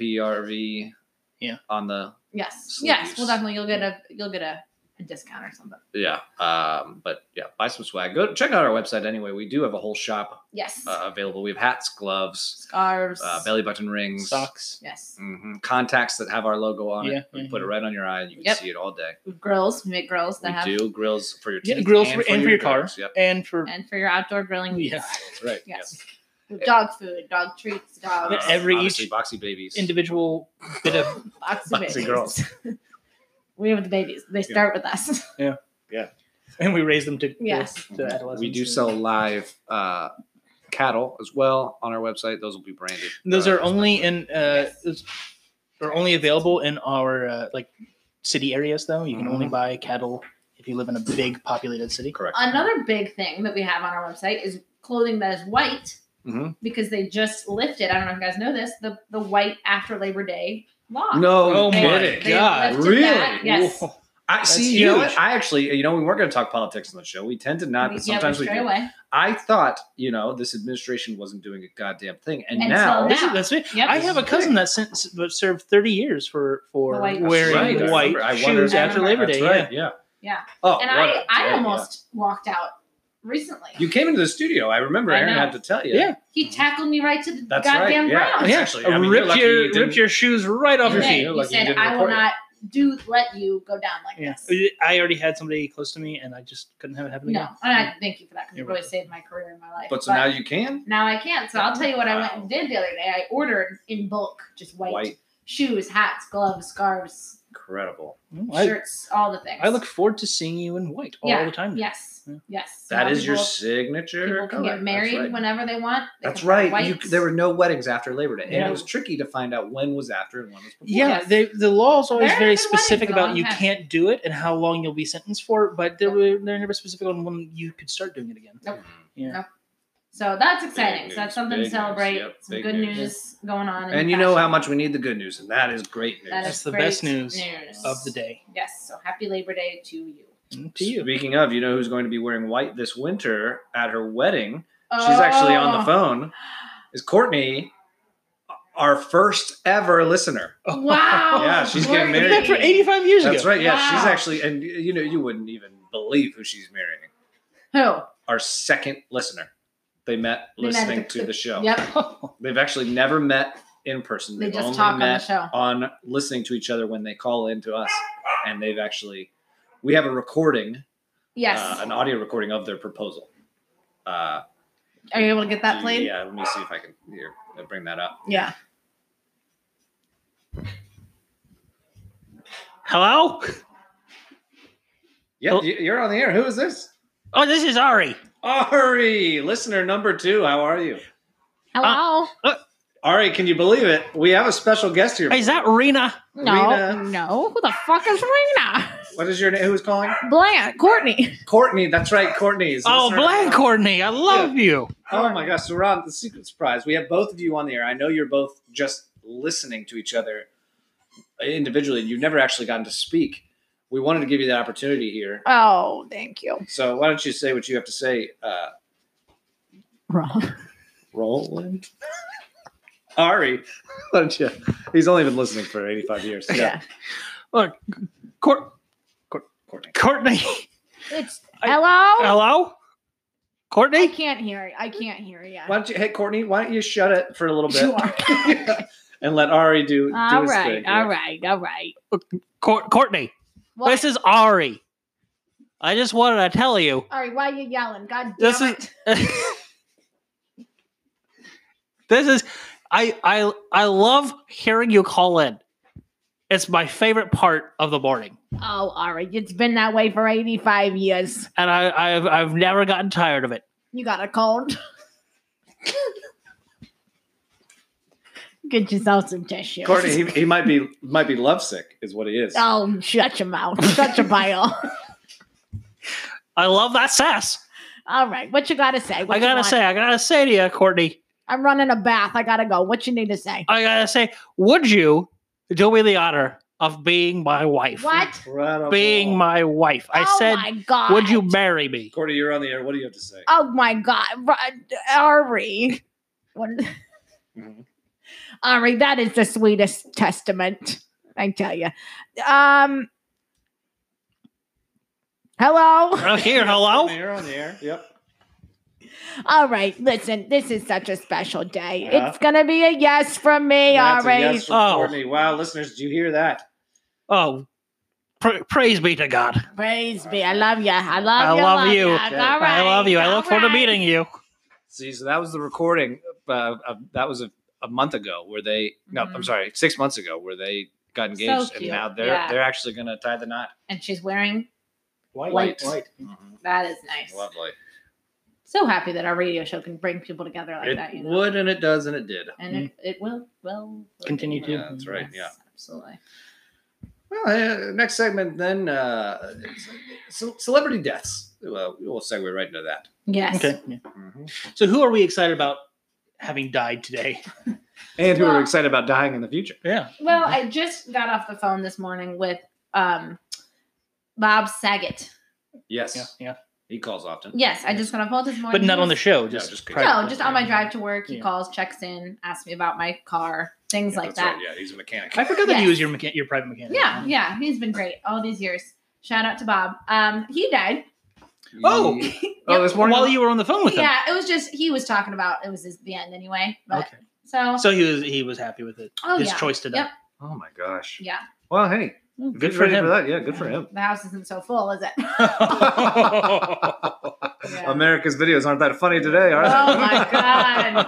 Speaker 4: WMPRV
Speaker 2: Yeah.
Speaker 4: on the,
Speaker 5: Yes.
Speaker 4: Sleeves.
Speaker 5: Yes. Well, definitely you'll get a you'll get a, a discount or something.
Speaker 4: yeah. Um, but yeah, buy some swag. Go check out our website anyway. We do have a whole shop
Speaker 5: Yes.
Speaker 4: uh, available. We have hats, gloves,
Speaker 5: Scarves.
Speaker 4: uh, belly button rings,
Speaker 2: Socks.
Speaker 5: yes.
Speaker 4: hmm contacts that have our logo on
Speaker 2: Yeah, mm-hmm.
Speaker 4: it. We
Speaker 2: yeah,
Speaker 4: put it right on your eye, and you can
Speaker 5: Yep.
Speaker 4: see it all day.
Speaker 5: Grills. We make grills that
Speaker 4: we
Speaker 5: have
Speaker 4: do grills for your teeth,
Speaker 2: Yeah, grills for, and for your car
Speaker 4: dogs. Yep,
Speaker 2: and for
Speaker 5: and for your outdoor grilling needs.
Speaker 2: yeah,
Speaker 4: that's right.
Speaker 5: Yes. With Dog food, dog treats, dog
Speaker 4: Uh,
Speaker 2: every
Speaker 4: obviously,
Speaker 2: each
Speaker 4: boxy babies.
Speaker 2: individual bit of
Speaker 5: box
Speaker 2: Lots
Speaker 5: of
Speaker 2: of
Speaker 5: babies.
Speaker 2: girls.
Speaker 5: we have the babies. They start with us.
Speaker 2: and we raise them to
Speaker 5: Yes.
Speaker 2: to adolescence.
Speaker 4: we do
Speaker 2: and-
Speaker 4: sell live uh, cattle as well on our website. Those will be branded.
Speaker 2: And those
Speaker 4: Uh,
Speaker 2: are only in uh, those are only available in our uh, like city areas though. You can only
Speaker 4: Mm-hmm.
Speaker 2: buy cattle if you live in a big populated city.
Speaker 4: correct.
Speaker 5: Another big thing that we have on our website is clothing that is white
Speaker 4: Mhm.
Speaker 5: because they just lifted. I don't know if you guys know this the the white after Labor Day law.
Speaker 4: No,
Speaker 2: Oh
Speaker 4: get
Speaker 2: my
Speaker 4: it.
Speaker 5: They
Speaker 2: God,
Speaker 5: lifted that,
Speaker 4: really?
Speaker 5: Yes.
Speaker 2: Whoa.
Speaker 4: I
Speaker 2: That's
Speaker 4: see. You know, what?
Speaker 2: huge.
Speaker 4: I actually, you know, we weren't going to talk politics on the show. We tend to not,
Speaker 5: We-
Speaker 4: but
Speaker 5: yeah,
Speaker 4: sometimes
Speaker 5: we
Speaker 4: we.
Speaker 5: stray
Speaker 4: do.
Speaker 5: away.
Speaker 4: I thought, you know, this administration wasn't doing a goddamn thing, and
Speaker 5: Until
Speaker 4: now,
Speaker 5: now.
Speaker 2: This is- that's it.
Speaker 5: Yep.
Speaker 2: I have a cousin that sent, that served 30 years for for
Speaker 5: The white-
Speaker 2: wearing
Speaker 5: That's right, I
Speaker 2: white
Speaker 4: remember. I
Speaker 2: shoes
Speaker 4: wondered-
Speaker 2: after Labor Day.
Speaker 4: That's right. Yeah.
Speaker 5: Yeah.
Speaker 4: Oh,
Speaker 5: and
Speaker 4: what
Speaker 5: I,
Speaker 4: a
Speaker 5: I
Speaker 4: day,
Speaker 5: walked walked out recently.
Speaker 4: yeah. You came into the studio. I remember
Speaker 5: I
Speaker 4: Aaron
Speaker 5: know.
Speaker 4: had to tell you.
Speaker 2: Yeah.
Speaker 5: he tackled me right to the
Speaker 4: That's
Speaker 5: goddamn
Speaker 4: right.
Speaker 5: ground.
Speaker 4: Yeah.
Speaker 2: Yeah.
Speaker 4: Actually, I
Speaker 2: Yeah.
Speaker 4: mean, you're
Speaker 2: ripped
Speaker 4: lucky
Speaker 2: your
Speaker 4: you didn't-
Speaker 2: ripped your shoes right off
Speaker 5: He
Speaker 2: your
Speaker 4: Yeah.
Speaker 5: said,
Speaker 2: feet.
Speaker 4: You're
Speaker 5: he
Speaker 4: lucky you
Speaker 5: said
Speaker 4: didn't
Speaker 5: I will
Speaker 4: report it."
Speaker 5: not do let you go down like
Speaker 2: Yeah.
Speaker 5: this.
Speaker 2: I already had somebody close to me, and I just couldn't have it happen
Speaker 5: No,
Speaker 2: again.
Speaker 5: and I thank you for that because it
Speaker 2: You're
Speaker 5: really
Speaker 2: welcome.
Speaker 5: saved my career and my life.
Speaker 4: But so now you can.
Speaker 5: now I can. So I'll tell you what I went
Speaker 4: Wow.
Speaker 5: and did the other day. I ordered in bulk, just white,
Speaker 4: White,
Speaker 5: shoes, hats, gloves, scarves,
Speaker 4: incredible.
Speaker 2: Mm, I,
Speaker 5: shirts, all the things.
Speaker 2: I look forward to seeing you in white all
Speaker 5: Yeah.
Speaker 2: the time. now.
Speaker 5: Yes,
Speaker 2: Yeah.
Speaker 5: yes. So
Speaker 4: That
Speaker 5: now
Speaker 4: is your
Speaker 5: people-
Speaker 4: signature.
Speaker 5: People can
Speaker 4: color.
Speaker 5: get married
Speaker 4: That's right.
Speaker 5: whenever they want. They
Speaker 4: That's
Speaker 5: can wear
Speaker 4: right. You,
Speaker 5: whites.
Speaker 4: there were no weddings after Labor Day, and
Speaker 2: Yeah.
Speaker 4: it was tricky to find out when was after and when was before.
Speaker 2: Yeah,
Speaker 5: Yes.
Speaker 2: they, the law is always
Speaker 5: There
Speaker 2: very
Speaker 5: have been weddings
Speaker 2: specific
Speaker 5: in a
Speaker 2: about
Speaker 5: long
Speaker 2: you
Speaker 5: time.
Speaker 2: can't do it and how long you'll be sentenced for, but they were they're never specific on when you could start doing it again.
Speaker 5: Nope.
Speaker 2: Yeah.
Speaker 5: Nope. So that's exciting.
Speaker 4: news,
Speaker 5: so that's something to
Speaker 4: big news,
Speaker 5: celebrate.
Speaker 4: yep,
Speaker 5: Some
Speaker 4: big
Speaker 5: good
Speaker 4: news.
Speaker 5: news, going on. in
Speaker 4: And you know
Speaker 5: fashion.
Speaker 4: how much we need the good news, and that is great news.
Speaker 5: That
Speaker 2: That's
Speaker 5: is
Speaker 2: the
Speaker 5: great
Speaker 2: best news Of the day.
Speaker 5: Yes. So happy Labor Day to you.
Speaker 2: Mm, To you.
Speaker 4: Speaking of, you know who's going to be wearing white this winter at her wedding? She's actually on
Speaker 5: Oh.
Speaker 4: the phone. Is Courtney our first ever listener?
Speaker 5: phone. Oh, Wow.
Speaker 4: Yeah, she's getting married.
Speaker 2: That for 85 years
Speaker 4: That's
Speaker 2: ago.
Speaker 4: right. Yeah, she's
Speaker 5: Wow.
Speaker 4: actually, and you know, you wouldn't even believe who she's marrying.
Speaker 5: Who?
Speaker 4: Our second listener. They met
Speaker 5: They met at
Speaker 4: listening to the show.
Speaker 5: Yep.
Speaker 4: They've actually never met in person.
Speaker 5: They uh,
Speaker 4: They've
Speaker 5: just
Speaker 4: only
Speaker 5: talk on the
Speaker 4: met
Speaker 5: show.
Speaker 4: on listening to each other when they call in to us, and they've actually. We have a recording,
Speaker 5: Yes.
Speaker 4: uh, an audio recording of their proposal. Uh,
Speaker 5: Are you able to get that played?
Speaker 4: uh, Yeah, let me see if I can here bring that up.
Speaker 5: Yeah.
Speaker 2: Hello?
Speaker 4: Yeah,
Speaker 2: Well-
Speaker 4: you- you're on the air. Who is this?
Speaker 2: Oh, this is Ari.
Speaker 4: Ari, listener number two. How are you?
Speaker 5: Hello?
Speaker 4: Ari, can you believe it? We have a special guest here.
Speaker 2: Is that Rena?
Speaker 5: no.
Speaker 4: Rena.
Speaker 5: No. Who the fuck is Rena?
Speaker 4: What is your name? Who's calling?
Speaker 5: Bland. Courtney.
Speaker 4: Courtney. That's right, Courtney. is
Speaker 2: Oh,
Speaker 4: listener-
Speaker 2: Bland Courtney, I love you.
Speaker 4: Oh my gosh, so Ron, the secret surprise. We have both of you on the air. I know you're both just listening to each other individually. You've never actually gotten to speak. We wanted to give you that opportunity here.
Speaker 5: Oh, thank you.
Speaker 4: So why don't you say what you have to say, uh,
Speaker 5: Rob.
Speaker 4: Roland? Ari, why don't you? He's only been listening for 85 years. Yeah,
Speaker 2: Look, Court,
Speaker 4: Courtney.
Speaker 2: Courtney,
Speaker 5: Oh. It's
Speaker 2: I-
Speaker 5: hello?
Speaker 2: hello,
Speaker 5: I
Speaker 2: Courtney.
Speaker 5: can't hear you. I can't hear you.
Speaker 4: Why don't you? Hey, Courtney, why don't you shut it for a little bit
Speaker 5: You are.
Speaker 4: and let Ari do, do
Speaker 5: All
Speaker 4: his
Speaker 5: right,
Speaker 4: thing?
Speaker 5: all right, all right.
Speaker 2: Cour- Courtney,
Speaker 5: What?
Speaker 2: this is Ari. I just wanted to tell you.
Speaker 5: all right, why are you yelling? God damn
Speaker 2: This
Speaker 5: it.
Speaker 2: is this is I I I love hearing you call in. It's my favorite part of the morning,
Speaker 5: Oh, all right. It's been that way for 85 years.
Speaker 2: and I I've I've never gotten tired of it.
Speaker 5: You got a cold. Get yourself some tissue.
Speaker 4: Courtney, he, he might be might be lovesick, is what he is.
Speaker 5: Oh, shut your mouth. Shut your pile.
Speaker 2: I love that sass.
Speaker 5: All right. What you got to say? What
Speaker 2: I
Speaker 5: you
Speaker 2: gotta
Speaker 5: want?
Speaker 2: say, I gotta say to you, Courtney.
Speaker 5: I'm running a bath. I got to go. What you need to say?
Speaker 2: I gotta say, would you do me the honor of being my wife?
Speaker 5: What?
Speaker 4: Incredible.
Speaker 2: Being my wife. I
Speaker 5: oh,
Speaker 2: said,
Speaker 5: my God.
Speaker 2: would you marry me?
Speaker 4: Courtney, you're on the air. What do you have to say?
Speaker 5: Oh, my God. Ru- Ari. What?
Speaker 4: Mhm.
Speaker 5: Ari, that is the sweetest testament. I tell you. Um, hello.
Speaker 2: Oh, here, hello.
Speaker 4: Courtney, you're on the air. Yep.
Speaker 5: All right, listen, this is such a special day.
Speaker 4: Yeah.
Speaker 5: It's gonna be a yes from me,
Speaker 4: That's
Speaker 5: all
Speaker 4: a
Speaker 5: right.
Speaker 4: yes from
Speaker 2: Oh.
Speaker 4: Courtney. Wow, listeners, did you hear that?
Speaker 2: Oh, pra- praise be to God.
Speaker 5: Praise be. I love you. I love
Speaker 2: I
Speaker 5: you.
Speaker 2: love you.
Speaker 4: Okay.
Speaker 5: All right.
Speaker 2: I love you. I
Speaker 5: all
Speaker 2: look forward to
Speaker 5: right.
Speaker 2: meeting you.
Speaker 4: See, so that was the recording. Uh, of, that was a, a month ago where they, no, I'm
Speaker 5: Mhm.
Speaker 4: sorry, six months ago where they got
Speaker 5: So
Speaker 4: engaged and
Speaker 5: cute.
Speaker 4: now they're
Speaker 5: Yeah.
Speaker 4: they're actually going to tie the knot.
Speaker 5: And she's wearing
Speaker 4: White.
Speaker 5: White.
Speaker 4: Mhm.
Speaker 5: that is nice.
Speaker 4: Love light.
Speaker 5: So happy that our radio show can bring people together like
Speaker 4: it
Speaker 5: that, you know.
Speaker 4: would and it does and it did.
Speaker 5: And it, it will well
Speaker 2: Continue
Speaker 5: it
Speaker 2: to.
Speaker 5: will.
Speaker 4: Yeah, that's right,
Speaker 5: Yes, Absolutely.
Speaker 4: Well, uh, next segment then, uh, ce- celebrity deaths. Well, we'll segue right into that.
Speaker 5: Yes.
Speaker 4: Mm-hmm.
Speaker 2: So, who are we excited about having died today?
Speaker 4: And who
Speaker 5: Well-
Speaker 4: are excited about dying in the future?
Speaker 2: Yeah.
Speaker 5: Well, I just got off the phone this morning with um Bob Saget.
Speaker 4: Yes,
Speaker 2: Yeah. Yeah.
Speaker 4: he calls often.
Speaker 5: Yes, I just got off the phone this morning.
Speaker 2: But not
Speaker 5: He
Speaker 2: on
Speaker 5: was-
Speaker 2: the show.
Speaker 4: Yeah,
Speaker 2: Just,
Speaker 4: just
Speaker 5: No, just on my drive to work, he
Speaker 2: Yeah.
Speaker 5: calls, checks in, asks me about my car, things
Speaker 4: Yeah,
Speaker 5: like
Speaker 4: that's
Speaker 5: that.
Speaker 4: right. Yeah, he's a mechanic.
Speaker 2: I forgot that he
Speaker 5: Yes.
Speaker 2: was your mechan- your private mechanic.
Speaker 5: yeah. yeah, he's been great all these years. Shout out to Bob. Um, he died.
Speaker 2: Oh!
Speaker 4: oh, this morning.
Speaker 2: While you were on the phone with him.
Speaker 5: Yeah, it was just he was talking about it was his, the end anyway. But
Speaker 2: Okay.
Speaker 5: so,
Speaker 2: So he was he was happy with it.
Speaker 5: oh
Speaker 2: His
Speaker 5: yeah,
Speaker 2: choice to die.
Speaker 5: Yep.
Speaker 4: Oh my gosh.
Speaker 5: yeah,
Speaker 4: Well, hey,
Speaker 2: Good,
Speaker 4: good
Speaker 2: for him.
Speaker 4: that. Yeah, good for him.
Speaker 5: the house isn't so full, is it? Yeah.
Speaker 4: America's videos aren't that funny today, are
Speaker 5: Oh
Speaker 4: they?
Speaker 5: my god!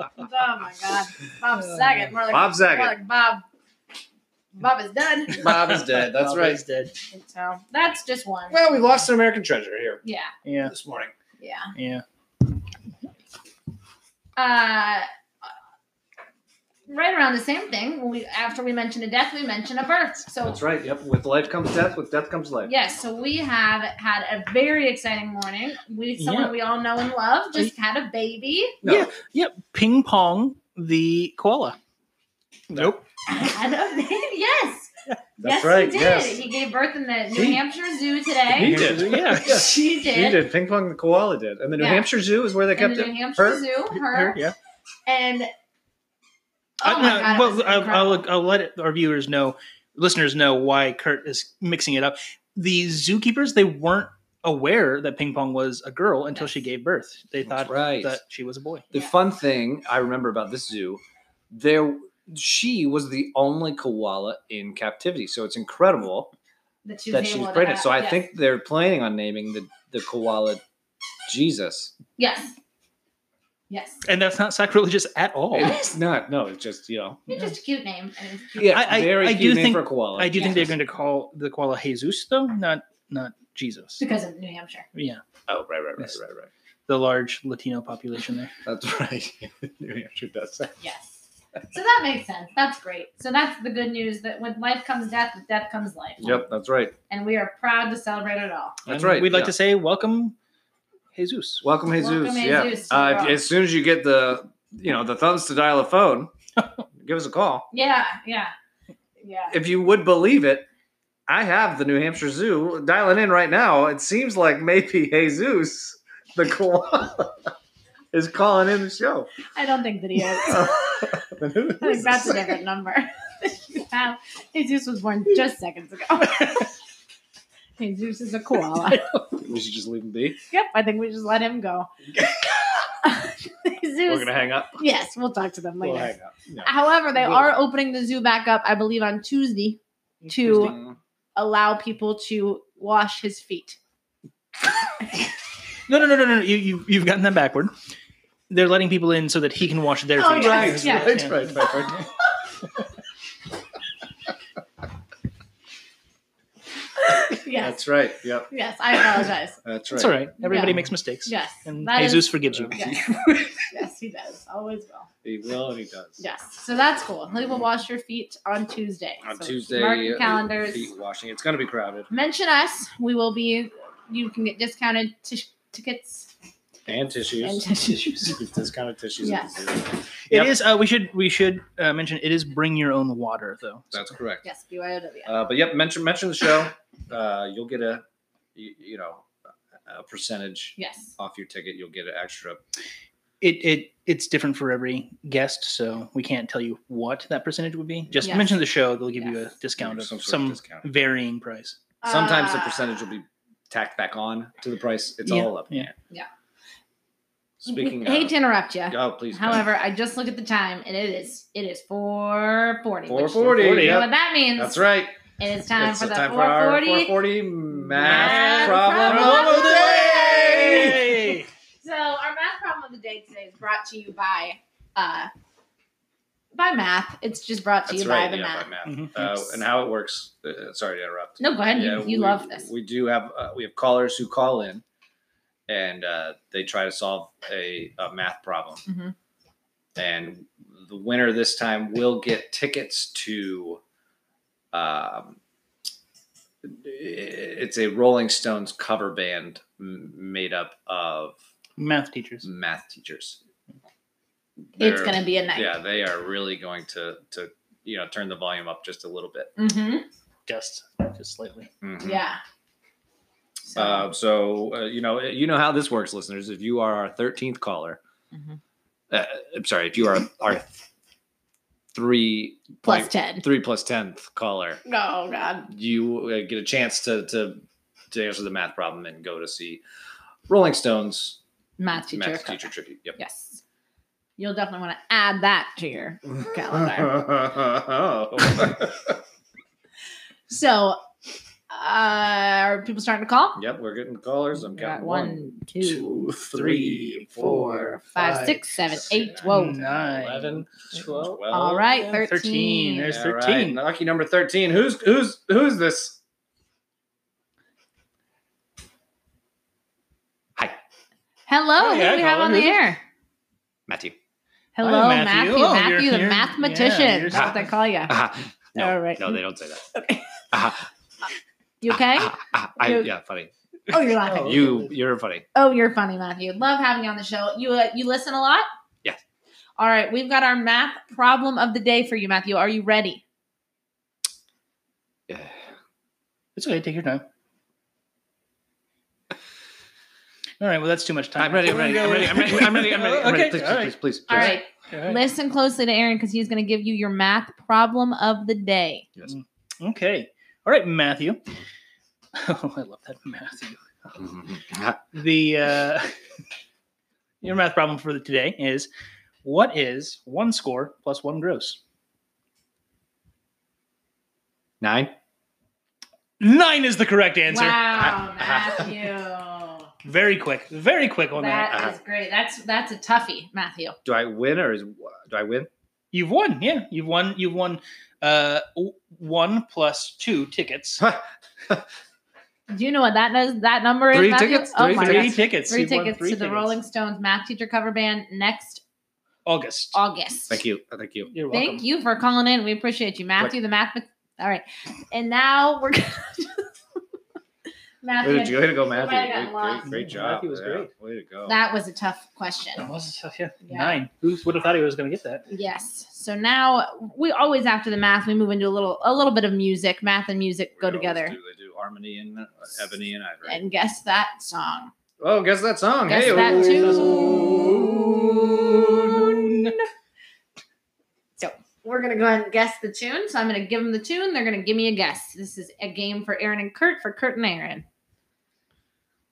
Speaker 5: oh my god! Bob Saget, more like
Speaker 4: Bob Saget.
Speaker 5: more like Bob. Bob is done.
Speaker 4: Bob is dead. That's
Speaker 2: Bob
Speaker 4: right.
Speaker 2: is dead.
Speaker 5: So that's just one.
Speaker 4: Well, we lost an American treasure here
Speaker 5: Yeah,
Speaker 2: Yeah.
Speaker 4: this morning.
Speaker 5: yeah.
Speaker 2: Yeah.
Speaker 5: uh, right around the same thing. When we after we mention a death, we mention a birth. So
Speaker 4: That's right. Yep. With life comes death. With death comes life.
Speaker 5: yes, so we have had a very exciting morning. We someone
Speaker 2: Yeah.
Speaker 5: we all know and love just had a baby.
Speaker 4: No.
Speaker 2: Yeah. Yep. Ping pong the koala. Nope.
Speaker 5: Had a baby. Yes.
Speaker 4: That's
Speaker 5: yes,
Speaker 4: right,
Speaker 5: he did.
Speaker 4: yes.
Speaker 5: He gave birth in the New
Speaker 4: He-
Speaker 5: Hampshire Zoo today.
Speaker 4: He did.
Speaker 2: Yeah.
Speaker 5: she
Speaker 4: He
Speaker 5: did.
Speaker 4: did. Ping pong the koala did, and the New
Speaker 5: Yeah.
Speaker 4: Hampshire Zoo is where they
Speaker 5: In
Speaker 4: kept
Speaker 5: the
Speaker 4: it.
Speaker 5: New Hampshire
Speaker 4: Her?
Speaker 5: Zoo, her,
Speaker 2: Yeah.
Speaker 5: and oh
Speaker 2: I-
Speaker 5: my
Speaker 2: no,
Speaker 5: god, it
Speaker 2: well,
Speaker 5: was
Speaker 2: I- I'll,
Speaker 5: incredible.
Speaker 2: I'll, let it, our viewers know, listeners know why Kurt is mixing it up. The zookeepers they weren't aware that Ping Pong was a girl until she gave birth. They
Speaker 4: That's
Speaker 2: thought
Speaker 4: right.
Speaker 2: that she was a boy.
Speaker 4: The
Speaker 5: Yeah.
Speaker 4: fun thing I remember about this zoo, there she was the only koala in captivity. So it's incredible
Speaker 5: that she was,
Speaker 4: that she
Speaker 5: able
Speaker 4: was
Speaker 5: to
Speaker 4: pregnant.
Speaker 5: have-
Speaker 4: So I
Speaker 5: yes.
Speaker 4: think they're planning on naming the, the koala Jesus.
Speaker 5: yes, Yes.
Speaker 2: and that's not sacrilegious at all.
Speaker 4: It's not. No, it's just you know.
Speaker 5: It's just a cute name. I mean, it's cute.
Speaker 4: Yeah,
Speaker 2: I- I-
Speaker 4: very
Speaker 2: I
Speaker 4: cute
Speaker 2: do
Speaker 4: name
Speaker 2: think-
Speaker 4: for a koala.
Speaker 2: I do think
Speaker 5: Yeah.
Speaker 2: they're going to call the koala Jesus, though, not not Jesus.
Speaker 5: because of New Hampshire.
Speaker 2: Yeah,
Speaker 4: oh, right, right, right,
Speaker 2: Yes.
Speaker 4: right, right.
Speaker 2: the large Latino population there.
Speaker 4: That's right. New Hampshire does that.
Speaker 5: Yes. So that makes sense. That's great. So that's the good news that with life comes death, with death comes life.
Speaker 4: Yep, that's right.
Speaker 5: And we are proud to celebrate it all.
Speaker 4: That's
Speaker 2: And
Speaker 4: right,
Speaker 2: We'd like
Speaker 4: yeah.
Speaker 2: to say welcome, Jesus.
Speaker 4: Welcome, Jesus.
Speaker 5: Welcome,
Speaker 4: yeah.
Speaker 5: Jesus, to
Speaker 4: Uh,
Speaker 5: the
Speaker 4: if-
Speaker 5: world.
Speaker 4: as soon as you get the, you know, the thumbs to dial a phone, give us a call.
Speaker 5: Yeah, yeah. Yeah.
Speaker 4: If you would believe it, I have the New Hampshire Zoo dialing in right now. It seems like maybe Jesus, the koala, is calling in the show.
Speaker 5: I don't think that he is. I think that's a different number. Wow. Jesus was born just seconds ago. Jesus is a koala.
Speaker 4: we should just leave him be.
Speaker 5: Yep, I think we just let him go. Zeus.
Speaker 4: We're gonna hang up.
Speaker 5: yes, we'll talk to them later.
Speaker 4: We'll hang up. No.
Speaker 5: However, they
Speaker 4: We'll-
Speaker 5: are opening the zoo back up, I believe, on Tuesday to allow people to wash his feet.
Speaker 2: No, no, no, no, no. You, you you've gotten that backward. They're letting people in so that he can wash their
Speaker 5: Oh,
Speaker 2: feet.
Speaker 5: yeah.
Speaker 4: Right,
Speaker 5: Yeah.
Speaker 4: right, right, right, right.
Speaker 5: Yes,
Speaker 4: That's right. Yep,
Speaker 5: yes, I apologize.
Speaker 4: that's right.
Speaker 2: It's all right. Everybody
Speaker 5: Yeah.
Speaker 2: makes mistakes.
Speaker 5: Yes,
Speaker 2: And
Speaker 5: that is-
Speaker 2: Jesus forgives you.
Speaker 5: Yes. yes, he does. Always will.
Speaker 4: He will and he does.
Speaker 5: Yes, so that's cool. He will wash your feet on Tuesday.
Speaker 4: On
Speaker 5: So
Speaker 4: Tuesday,
Speaker 5: mark your
Speaker 4: uh,
Speaker 5: calendars.
Speaker 4: feet washing. It's gonna be crowded
Speaker 5: Mention us. We will be. You can get discounted tish tickets
Speaker 4: and tissues.
Speaker 5: and tissues.
Speaker 4: It's discounted tissues. at the zoo. Yep.
Speaker 2: It is. Uh, we should we should uh, mention it is bring your own water though.
Speaker 4: That's correct.
Speaker 5: Yes, BYOW.
Speaker 4: Uh, but yep, mention mention the show. Uh, you'll get a you, you know a percentage
Speaker 5: Yes.
Speaker 4: off your ticket. You'll get an extra.
Speaker 2: it it it's different for every guest, so we can't tell you what that percentage would be. Just
Speaker 5: Yes.
Speaker 2: mention the show; they'll give you a
Speaker 5: Yes.
Speaker 2: discount of
Speaker 4: Some
Speaker 2: some,
Speaker 4: sort of discount.
Speaker 2: varying price.
Speaker 4: Sometimes the
Speaker 5: Uh,
Speaker 4: percentage will be tacked back on to the price. It's
Speaker 2: Yeah,
Speaker 4: all up. in
Speaker 2: yeah.
Speaker 4: the air.
Speaker 5: Yeah.
Speaker 4: Speaking.
Speaker 5: hate
Speaker 4: of,
Speaker 5: to interrupt you.
Speaker 4: oh please. go.
Speaker 5: However, I just look at the time, and it is it is four forty.
Speaker 4: 440,
Speaker 5: You know
Speaker 4: yep.
Speaker 5: what that means?
Speaker 4: that's right.
Speaker 5: It is time
Speaker 4: it's
Speaker 5: for the
Speaker 4: time for
Speaker 5: four
Speaker 4: our
Speaker 5: forty.
Speaker 4: 440 math
Speaker 5: Math
Speaker 4: problem
Speaker 5: problem
Speaker 4: of the
Speaker 5: of the
Speaker 4: day.
Speaker 5: So our math problem of the day today is brought to you by uh by math. It's just brought to
Speaker 4: That's
Speaker 5: you
Speaker 4: right.
Speaker 5: by the
Speaker 4: yeah,
Speaker 5: math.
Speaker 4: by math.
Speaker 2: Mhm.
Speaker 4: Uh, and how it works. Uh, sorry to interrupt.
Speaker 5: No, go ahead.
Speaker 4: Yeah,
Speaker 5: you you
Speaker 4: we-
Speaker 5: love this.
Speaker 4: We do have uh, we have callers who call in, and uh, they try to solve a, a math problem.
Speaker 5: Mhm.
Speaker 4: And the winner this time will get tickets to. Um, it's a Rolling Stones cover band m- made up of
Speaker 2: Math teachers.
Speaker 4: math teachers.
Speaker 5: it's
Speaker 4: They're-
Speaker 5: gonna be a night.
Speaker 4: Yeah, they are really going to to you know turn the volume up just a little bit.
Speaker 5: hmm
Speaker 4: Mm-hmm.
Speaker 2: Just just slightly.
Speaker 4: Mhm.
Speaker 5: Yeah. So,
Speaker 4: Uh, so uh, you know you know how this works, listeners. If you are our thirteenth caller,
Speaker 5: Mhm.
Speaker 4: uh, I'm sorry, if you are our three
Speaker 5: plus
Speaker 4: point-
Speaker 5: ten.
Speaker 4: three plus tenth caller,
Speaker 5: Oh god.
Speaker 4: you uh, get a chance to to to answer the math problem and go to see Rolling Stones
Speaker 5: Math teacher.
Speaker 4: math teacher tribute. Yep.
Speaker 5: Yes. You'll definitely want to add that to your calendar. So, uh, are people starting to call?
Speaker 4: yep, we're getting callers. I'm
Speaker 5: Got
Speaker 4: counting one,
Speaker 5: one, two,
Speaker 4: two, three,
Speaker 5: four, five, six, seven, eight,
Speaker 4: six,
Speaker 5: twelve.
Speaker 2: nine,
Speaker 4: eleven, twelve.
Speaker 5: All right,
Speaker 2: Yeah,
Speaker 5: 13.
Speaker 2: There's
Speaker 4: All right,
Speaker 2: 13.
Speaker 4: Lucky number thirteen. Who's who's who's this?
Speaker 5: Hello,
Speaker 2: Hey,
Speaker 5: who do
Speaker 2: hello,
Speaker 5: we have on the
Speaker 2: who's this?
Speaker 5: air?
Speaker 4: Matthew.
Speaker 5: Hello,
Speaker 2: Hi,
Speaker 5: Matthew.
Speaker 2: Matthew.
Speaker 5: Matthew,
Speaker 2: Oh, you're
Speaker 5: the
Speaker 2: here.
Speaker 5: mathematician.
Speaker 2: Yeah, you're-
Speaker 5: That's what they call you.
Speaker 4: Ah, no,
Speaker 5: All right.
Speaker 4: no, they don't say that.
Speaker 5: You okay?
Speaker 4: Ah, ah, I-
Speaker 5: You-
Speaker 4: yeah, funny.
Speaker 5: oh, you're laughing.
Speaker 4: You you're funny.
Speaker 5: Oh, you're funny, Matthew. Love having you on the show. You uh, you listen a lot?
Speaker 4: Yes.
Speaker 5: All right, we've got our math problem of the day for you, Matthew. Are you ready?
Speaker 4: Yeah.
Speaker 2: It's okay. Take your time. All right. Well, that's too much time.
Speaker 4: I'm ready. I'm ready. I'm ready. I'm ready. I'm ready. I'm ready. I'm ready.
Speaker 2: Okay,
Speaker 4: Please,
Speaker 2: all right.
Speaker 4: please, please, please.
Speaker 5: All
Speaker 4: please.
Speaker 5: right.
Speaker 2: All right.
Speaker 5: Listen closely to Aaron because he's going to give you your math problem of the day.
Speaker 2: Okay. All right, Matthew. Oh, I love that Matthew.
Speaker 4: Mm-hmm, Uh-huh.
Speaker 2: The uh, your math problem for today is what is one score plus one gross?
Speaker 4: Nine.
Speaker 2: Nine is the correct answer.
Speaker 5: Wow,
Speaker 4: Ah,
Speaker 5: Matthew.
Speaker 2: Very quick, very quick on that.
Speaker 4: that.
Speaker 5: That is great. That's that's a toughie, Matthew.
Speaker 4: Do I win or is do I win?
Speaker 2: You've won, yeah. You've won. You've won uh, w- one plus two tickets.
Speaker 5: Do you know what that does? That number is
Speaker 4: Three
Speaker 5: Matthew?
Speaker 4: tickets?
Speaker 5: Oh
Speaker 4: Three
Speaker 5: my
Speaker 2: three
Speaker 5: gosh.
Speaker 2: tickets.
Speaker 5: Three
Speaker 2: You've won
Speaker 5: tickets
Speaker 2: three
Speaker 5: to the Rolling Stones math teacher cover band next
Speaker 2: August.
Speaker 5: August.
Speaker 4: Thank you. uh, Thank you.
Speaker 2: You're welcome.
Speaker 5: Thank you for calling in. We appreciate you, Matthew. The math. All right, and now we're gonna
Speaker 4: Way to,
Speaker 5: Matthew.
Speaker 4: go- way to go,
Speaker 5: Somebody
Speaker 4: Matthew. Way-
Speaker 5: got
Speaker 4: Great,
Speaker 5: lost.
Speaker 4: great, job.
Speaker 2: Matthew was
Speaker 4: Yeah,
Speaker 2: great.
Speaker 4: Way to go.
Speaker 5: That was a tough question.
Speaker 2: That was- uh, yeah,
Speaker 5: Yeah.
Speaker 2: Nine. Who would have thought he was going to get that?
Speaker 5: Yes. So now we always after the math we move into a little a little bit of music. Math and music go
Speaker 4: We always
Speaker 5: together.
Speaker 4: Do, they do harmony and uh, ebony and ivory.
Speaker 5: And guess that song.
Speaker 4: oh, guess that song.
Speaker 5: Guess
Speaker 4: hey,
Speaker 5: that
Speaker 4: oh.
Speaker 5: tune. So we're gonna go ahead and guess the tune. So I'm gonna give them the tune. They're gonna give me a guess. This is a game for Aaron and Kurt for Kurt and Aaron.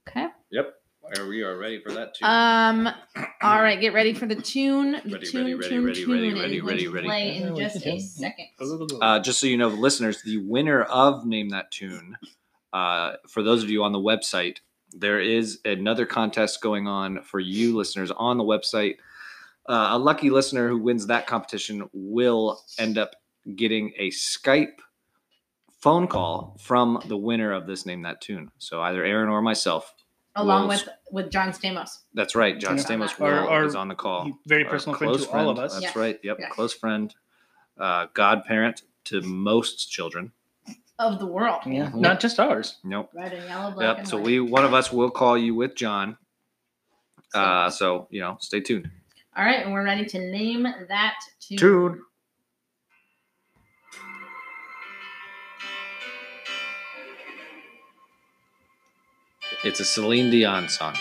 Speaker 5: Okay.
Speaker 4: Yep. Are we are ready for that too?
Speaker 5: Um. All right. Get ready for the tune. The
Speaker 4: Ready,
Speaker 5: tune,
Speaker 4: ready, ready,
Speaker 5: tune,
Speaker 4: ready,
Speaker 5: tune
Speaker 4: ready,
Speaker 5: is
Speaker 4: ready,
Speaker 5: going to
Speaker 4: ready, ready.
Speaker 5: play in
Speaker 2: Oh,
Speaker 5: just a
Speaker 2: okay.
Speaker 5: second.
Speaker 4: Uh, just so you know, listeners, the winner of Name That Tune, uh, for those of you on the website, there is another contest going on for you listeners on the website. Uh, a lucky listener who wins that competition will end up getting a Skype phone call from the winner of this Name That Tune. So either Aaron or myself.
Speaker 5: Along
Speaker 4: Wolves.
Speaker 5: with with John Stamos.
Speaker 4: That's right. John
Speaker 2: Yeah.
Speaker 4: Stamos
Speaker 2: Our-
Speaker 4: will
Speaker 2: our-
Speaker 4: is on the call.
Speaker 2: Very
Speaker 4: Our
Speaker 2: personal friend to all of us.
Speaker 4: That's
Speaker 5: Yeah.
Speaker 4: right. Yep.
Speaker 5: Yeah.
Speaker 4: Close friend, uh, godparent to most children.
Speaker 5: of the world.
Speaker 2: Yeah.
Speaker 4: Mhm.
Speaker 2: Not just ours.
Speaker 4: Nope.
Speaker 5: Red and yellow, black
Speaker 4: Yep.
Speaker 5: and
Speaker 4: So
Speaker 5: white.
Speaker 4: we one of us will call you with John. Uh, so you know, stay tuned.
Speaker 5: All right, and we're ready to name that tune.
Speaker 4: Tune. It's a Celine Dion song.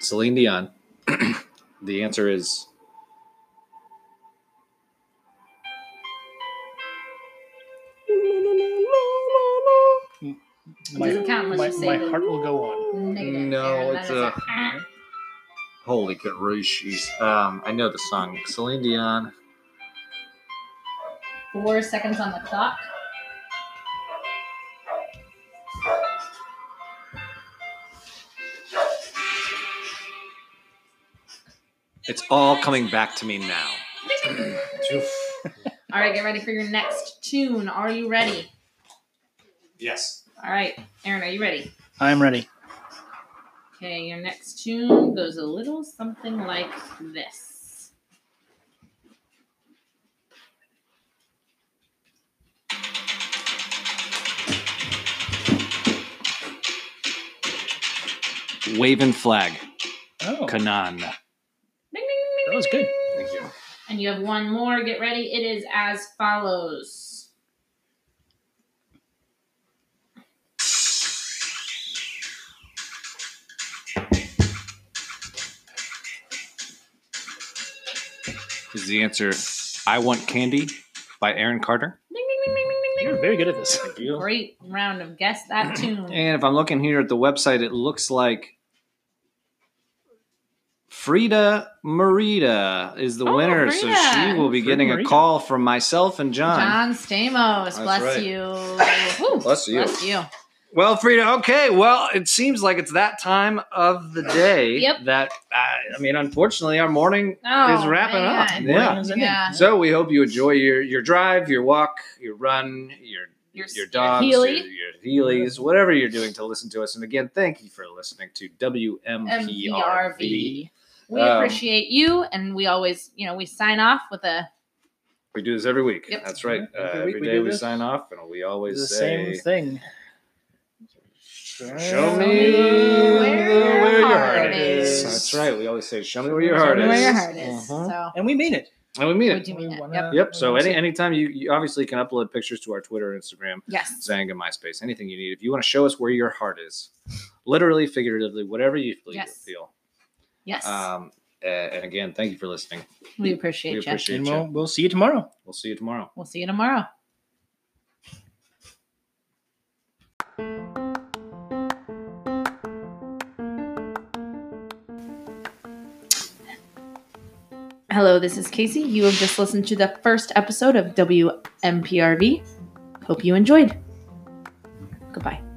Speaker 4: Celine Dion. the answer is
Speaker 5: Doesn't count unless
Speaker 2: my,
Speaker 5: you say
Speaker 2: my
Speaker 5: the-
Speaker 2: heart will go on.
Speaker 5: Negative.
Speaker 4: No,
Speaker 5: Aaron, that
Speaker 4: it's
Speaker 5: is
Speaker 4: a- Holy gracious! Um, I know the song Celine Dion.
Speaker 5: four seconds on the clock.
Speaker 4: It's all coming back to me now.
Speaker 5: All right, get ready for your next tune. Are you ready?
Speaker 4: Yes.
Speaker 5: All right, Aaron, are you ready?
Speaker 2: I'm ready.
Speaker 5: Okay, your next tune goes a little something like this.
Speaker 9: Waving flag.
Speaker 2: Oh,
Speaker 9: Kanan.
Speaker 5: Ding, ding, ding,
Speaker 2: that
Speaker 5: ding.
Speaker 2: was good.
Speaker 4: Thank you.
Speaker 5: And you have one more. Get ready. It is as follows.
Speaker 9: Is the answer I Want Candy by Aaron Carter?
Speaker 5: Ding, ding, ding, ding, ding, ding,
Speaker 2: You're very good at this.
Speaker 4: Thank you.
Speaker 5: ding. Great round of guess that tune.
Speaker 9: And if I'm looking here at the website, it looks like Frida Marita is the
Speaker 5: Oh,
Speaker 9: winner. So
Speaker 5: Frida.
Speaker 9: she will be
Speaker 2: Frida
Speaker 9: getting
Speaker 2: Marita.
Speaker 9: a call from myself and John.
Speaker 5: John Stamos, bless
Speaker 4: right.
Speaker 5: you. Woo,
Speaker 4: Bless you.
Speaker 5: Bless you.
Speaker 9: Well, Frida, okay. Well, it seems like it's that time of the day
Speaker 5: Yep.
Speaker 9: that, uh, I mean, unfortunately, our morning
Speaker 5: Oh,
Speaker 9: is wrapping up.
Speaker 5: man.
Speaker 9: Yeah.
Speaker 5: Yeah.
Speaker 9: So we hope you enjoy your, your drive, your walk, your run, your
Speaker 5: Your,
Speaker 9: your dogs,
Speaker 5: Healy.
Speaker 9: your, your Heelys, whatever you're doing to listen to us. And again, thank you for listening to
Speaker 5: Um,
Speaker 9: WMPRV.
Speaker 5: MPRV. We
Speaker 9: Um,
Speaker 5: appreciate you, and we always, you know, we sign off with a
Speaker 4: We do this every week.
Speaker 5: Yep.
Speaker 4: That's right. Uh,
Speaker 2: Every
Speaker 4: every
Speaker 2: week we
Speaker 4: day
Speaker 2: do
Speaker 4: we
Speaker 2: this.
Speaker 4: sign off, and we always
Speaker 2: the
Speaker 4: say,
Speaker 2: same thing.
Speaker 4: "Show me
Speaker 5: where your
Speaker 4: where your
Speaker 5: heart
Speaker 4: heart is."
Speaker 5: is.
Speaker 4: That's right. We always say, "Show me where
Speaker 2: Show
Speaker 4: your
Speaker 2: me
Speaker 4: heart
Speaker 5: where your
Speaker 4: is,"
Speaker 5: heart is.
Speaker 2: Mhm.
Speaker 5: So,
Speaker 2: And we mean it.
Speaker 4: and we mean
Speaker 5: we
Speaker 4: it.
Speaker 5: do
Speaker 2: We
Speaker 5: mean it.
Speaker 2: wanna-
Speaker 5: Yep.
Speaker 4: Yep. So
Speaker 2: we wanna
Speaker 4: any anytime you, you obviously can upload pictures to our Twitter, Instagram,
Speaker 5: Yes.
Speaker 4: Zang, and MySpace, anything you need. If you want to show us where your heart is, literally, figuratively, whatever you feel.
Speaker 5: Yes.
Speaker 4: feel.
Speaker 5: Yes.
Speaker 4: Um, uh, and again, thank you for listening.
Speaker 5: we appreciate
Speaker 4: we
Speaker 5: you.
Speaker 4: appreciate
Speaker 2: And
Speaker 4: you.
Speaker 2: we'll, we'll see you tomorrow.
Speaker 4: we'll see you tomorrow.
Speaker 5: We'll see you tomorrow. Hello, this is Casey. You have just listened to the first episode of WMPRV. Hope you enjoyed. Goodbye.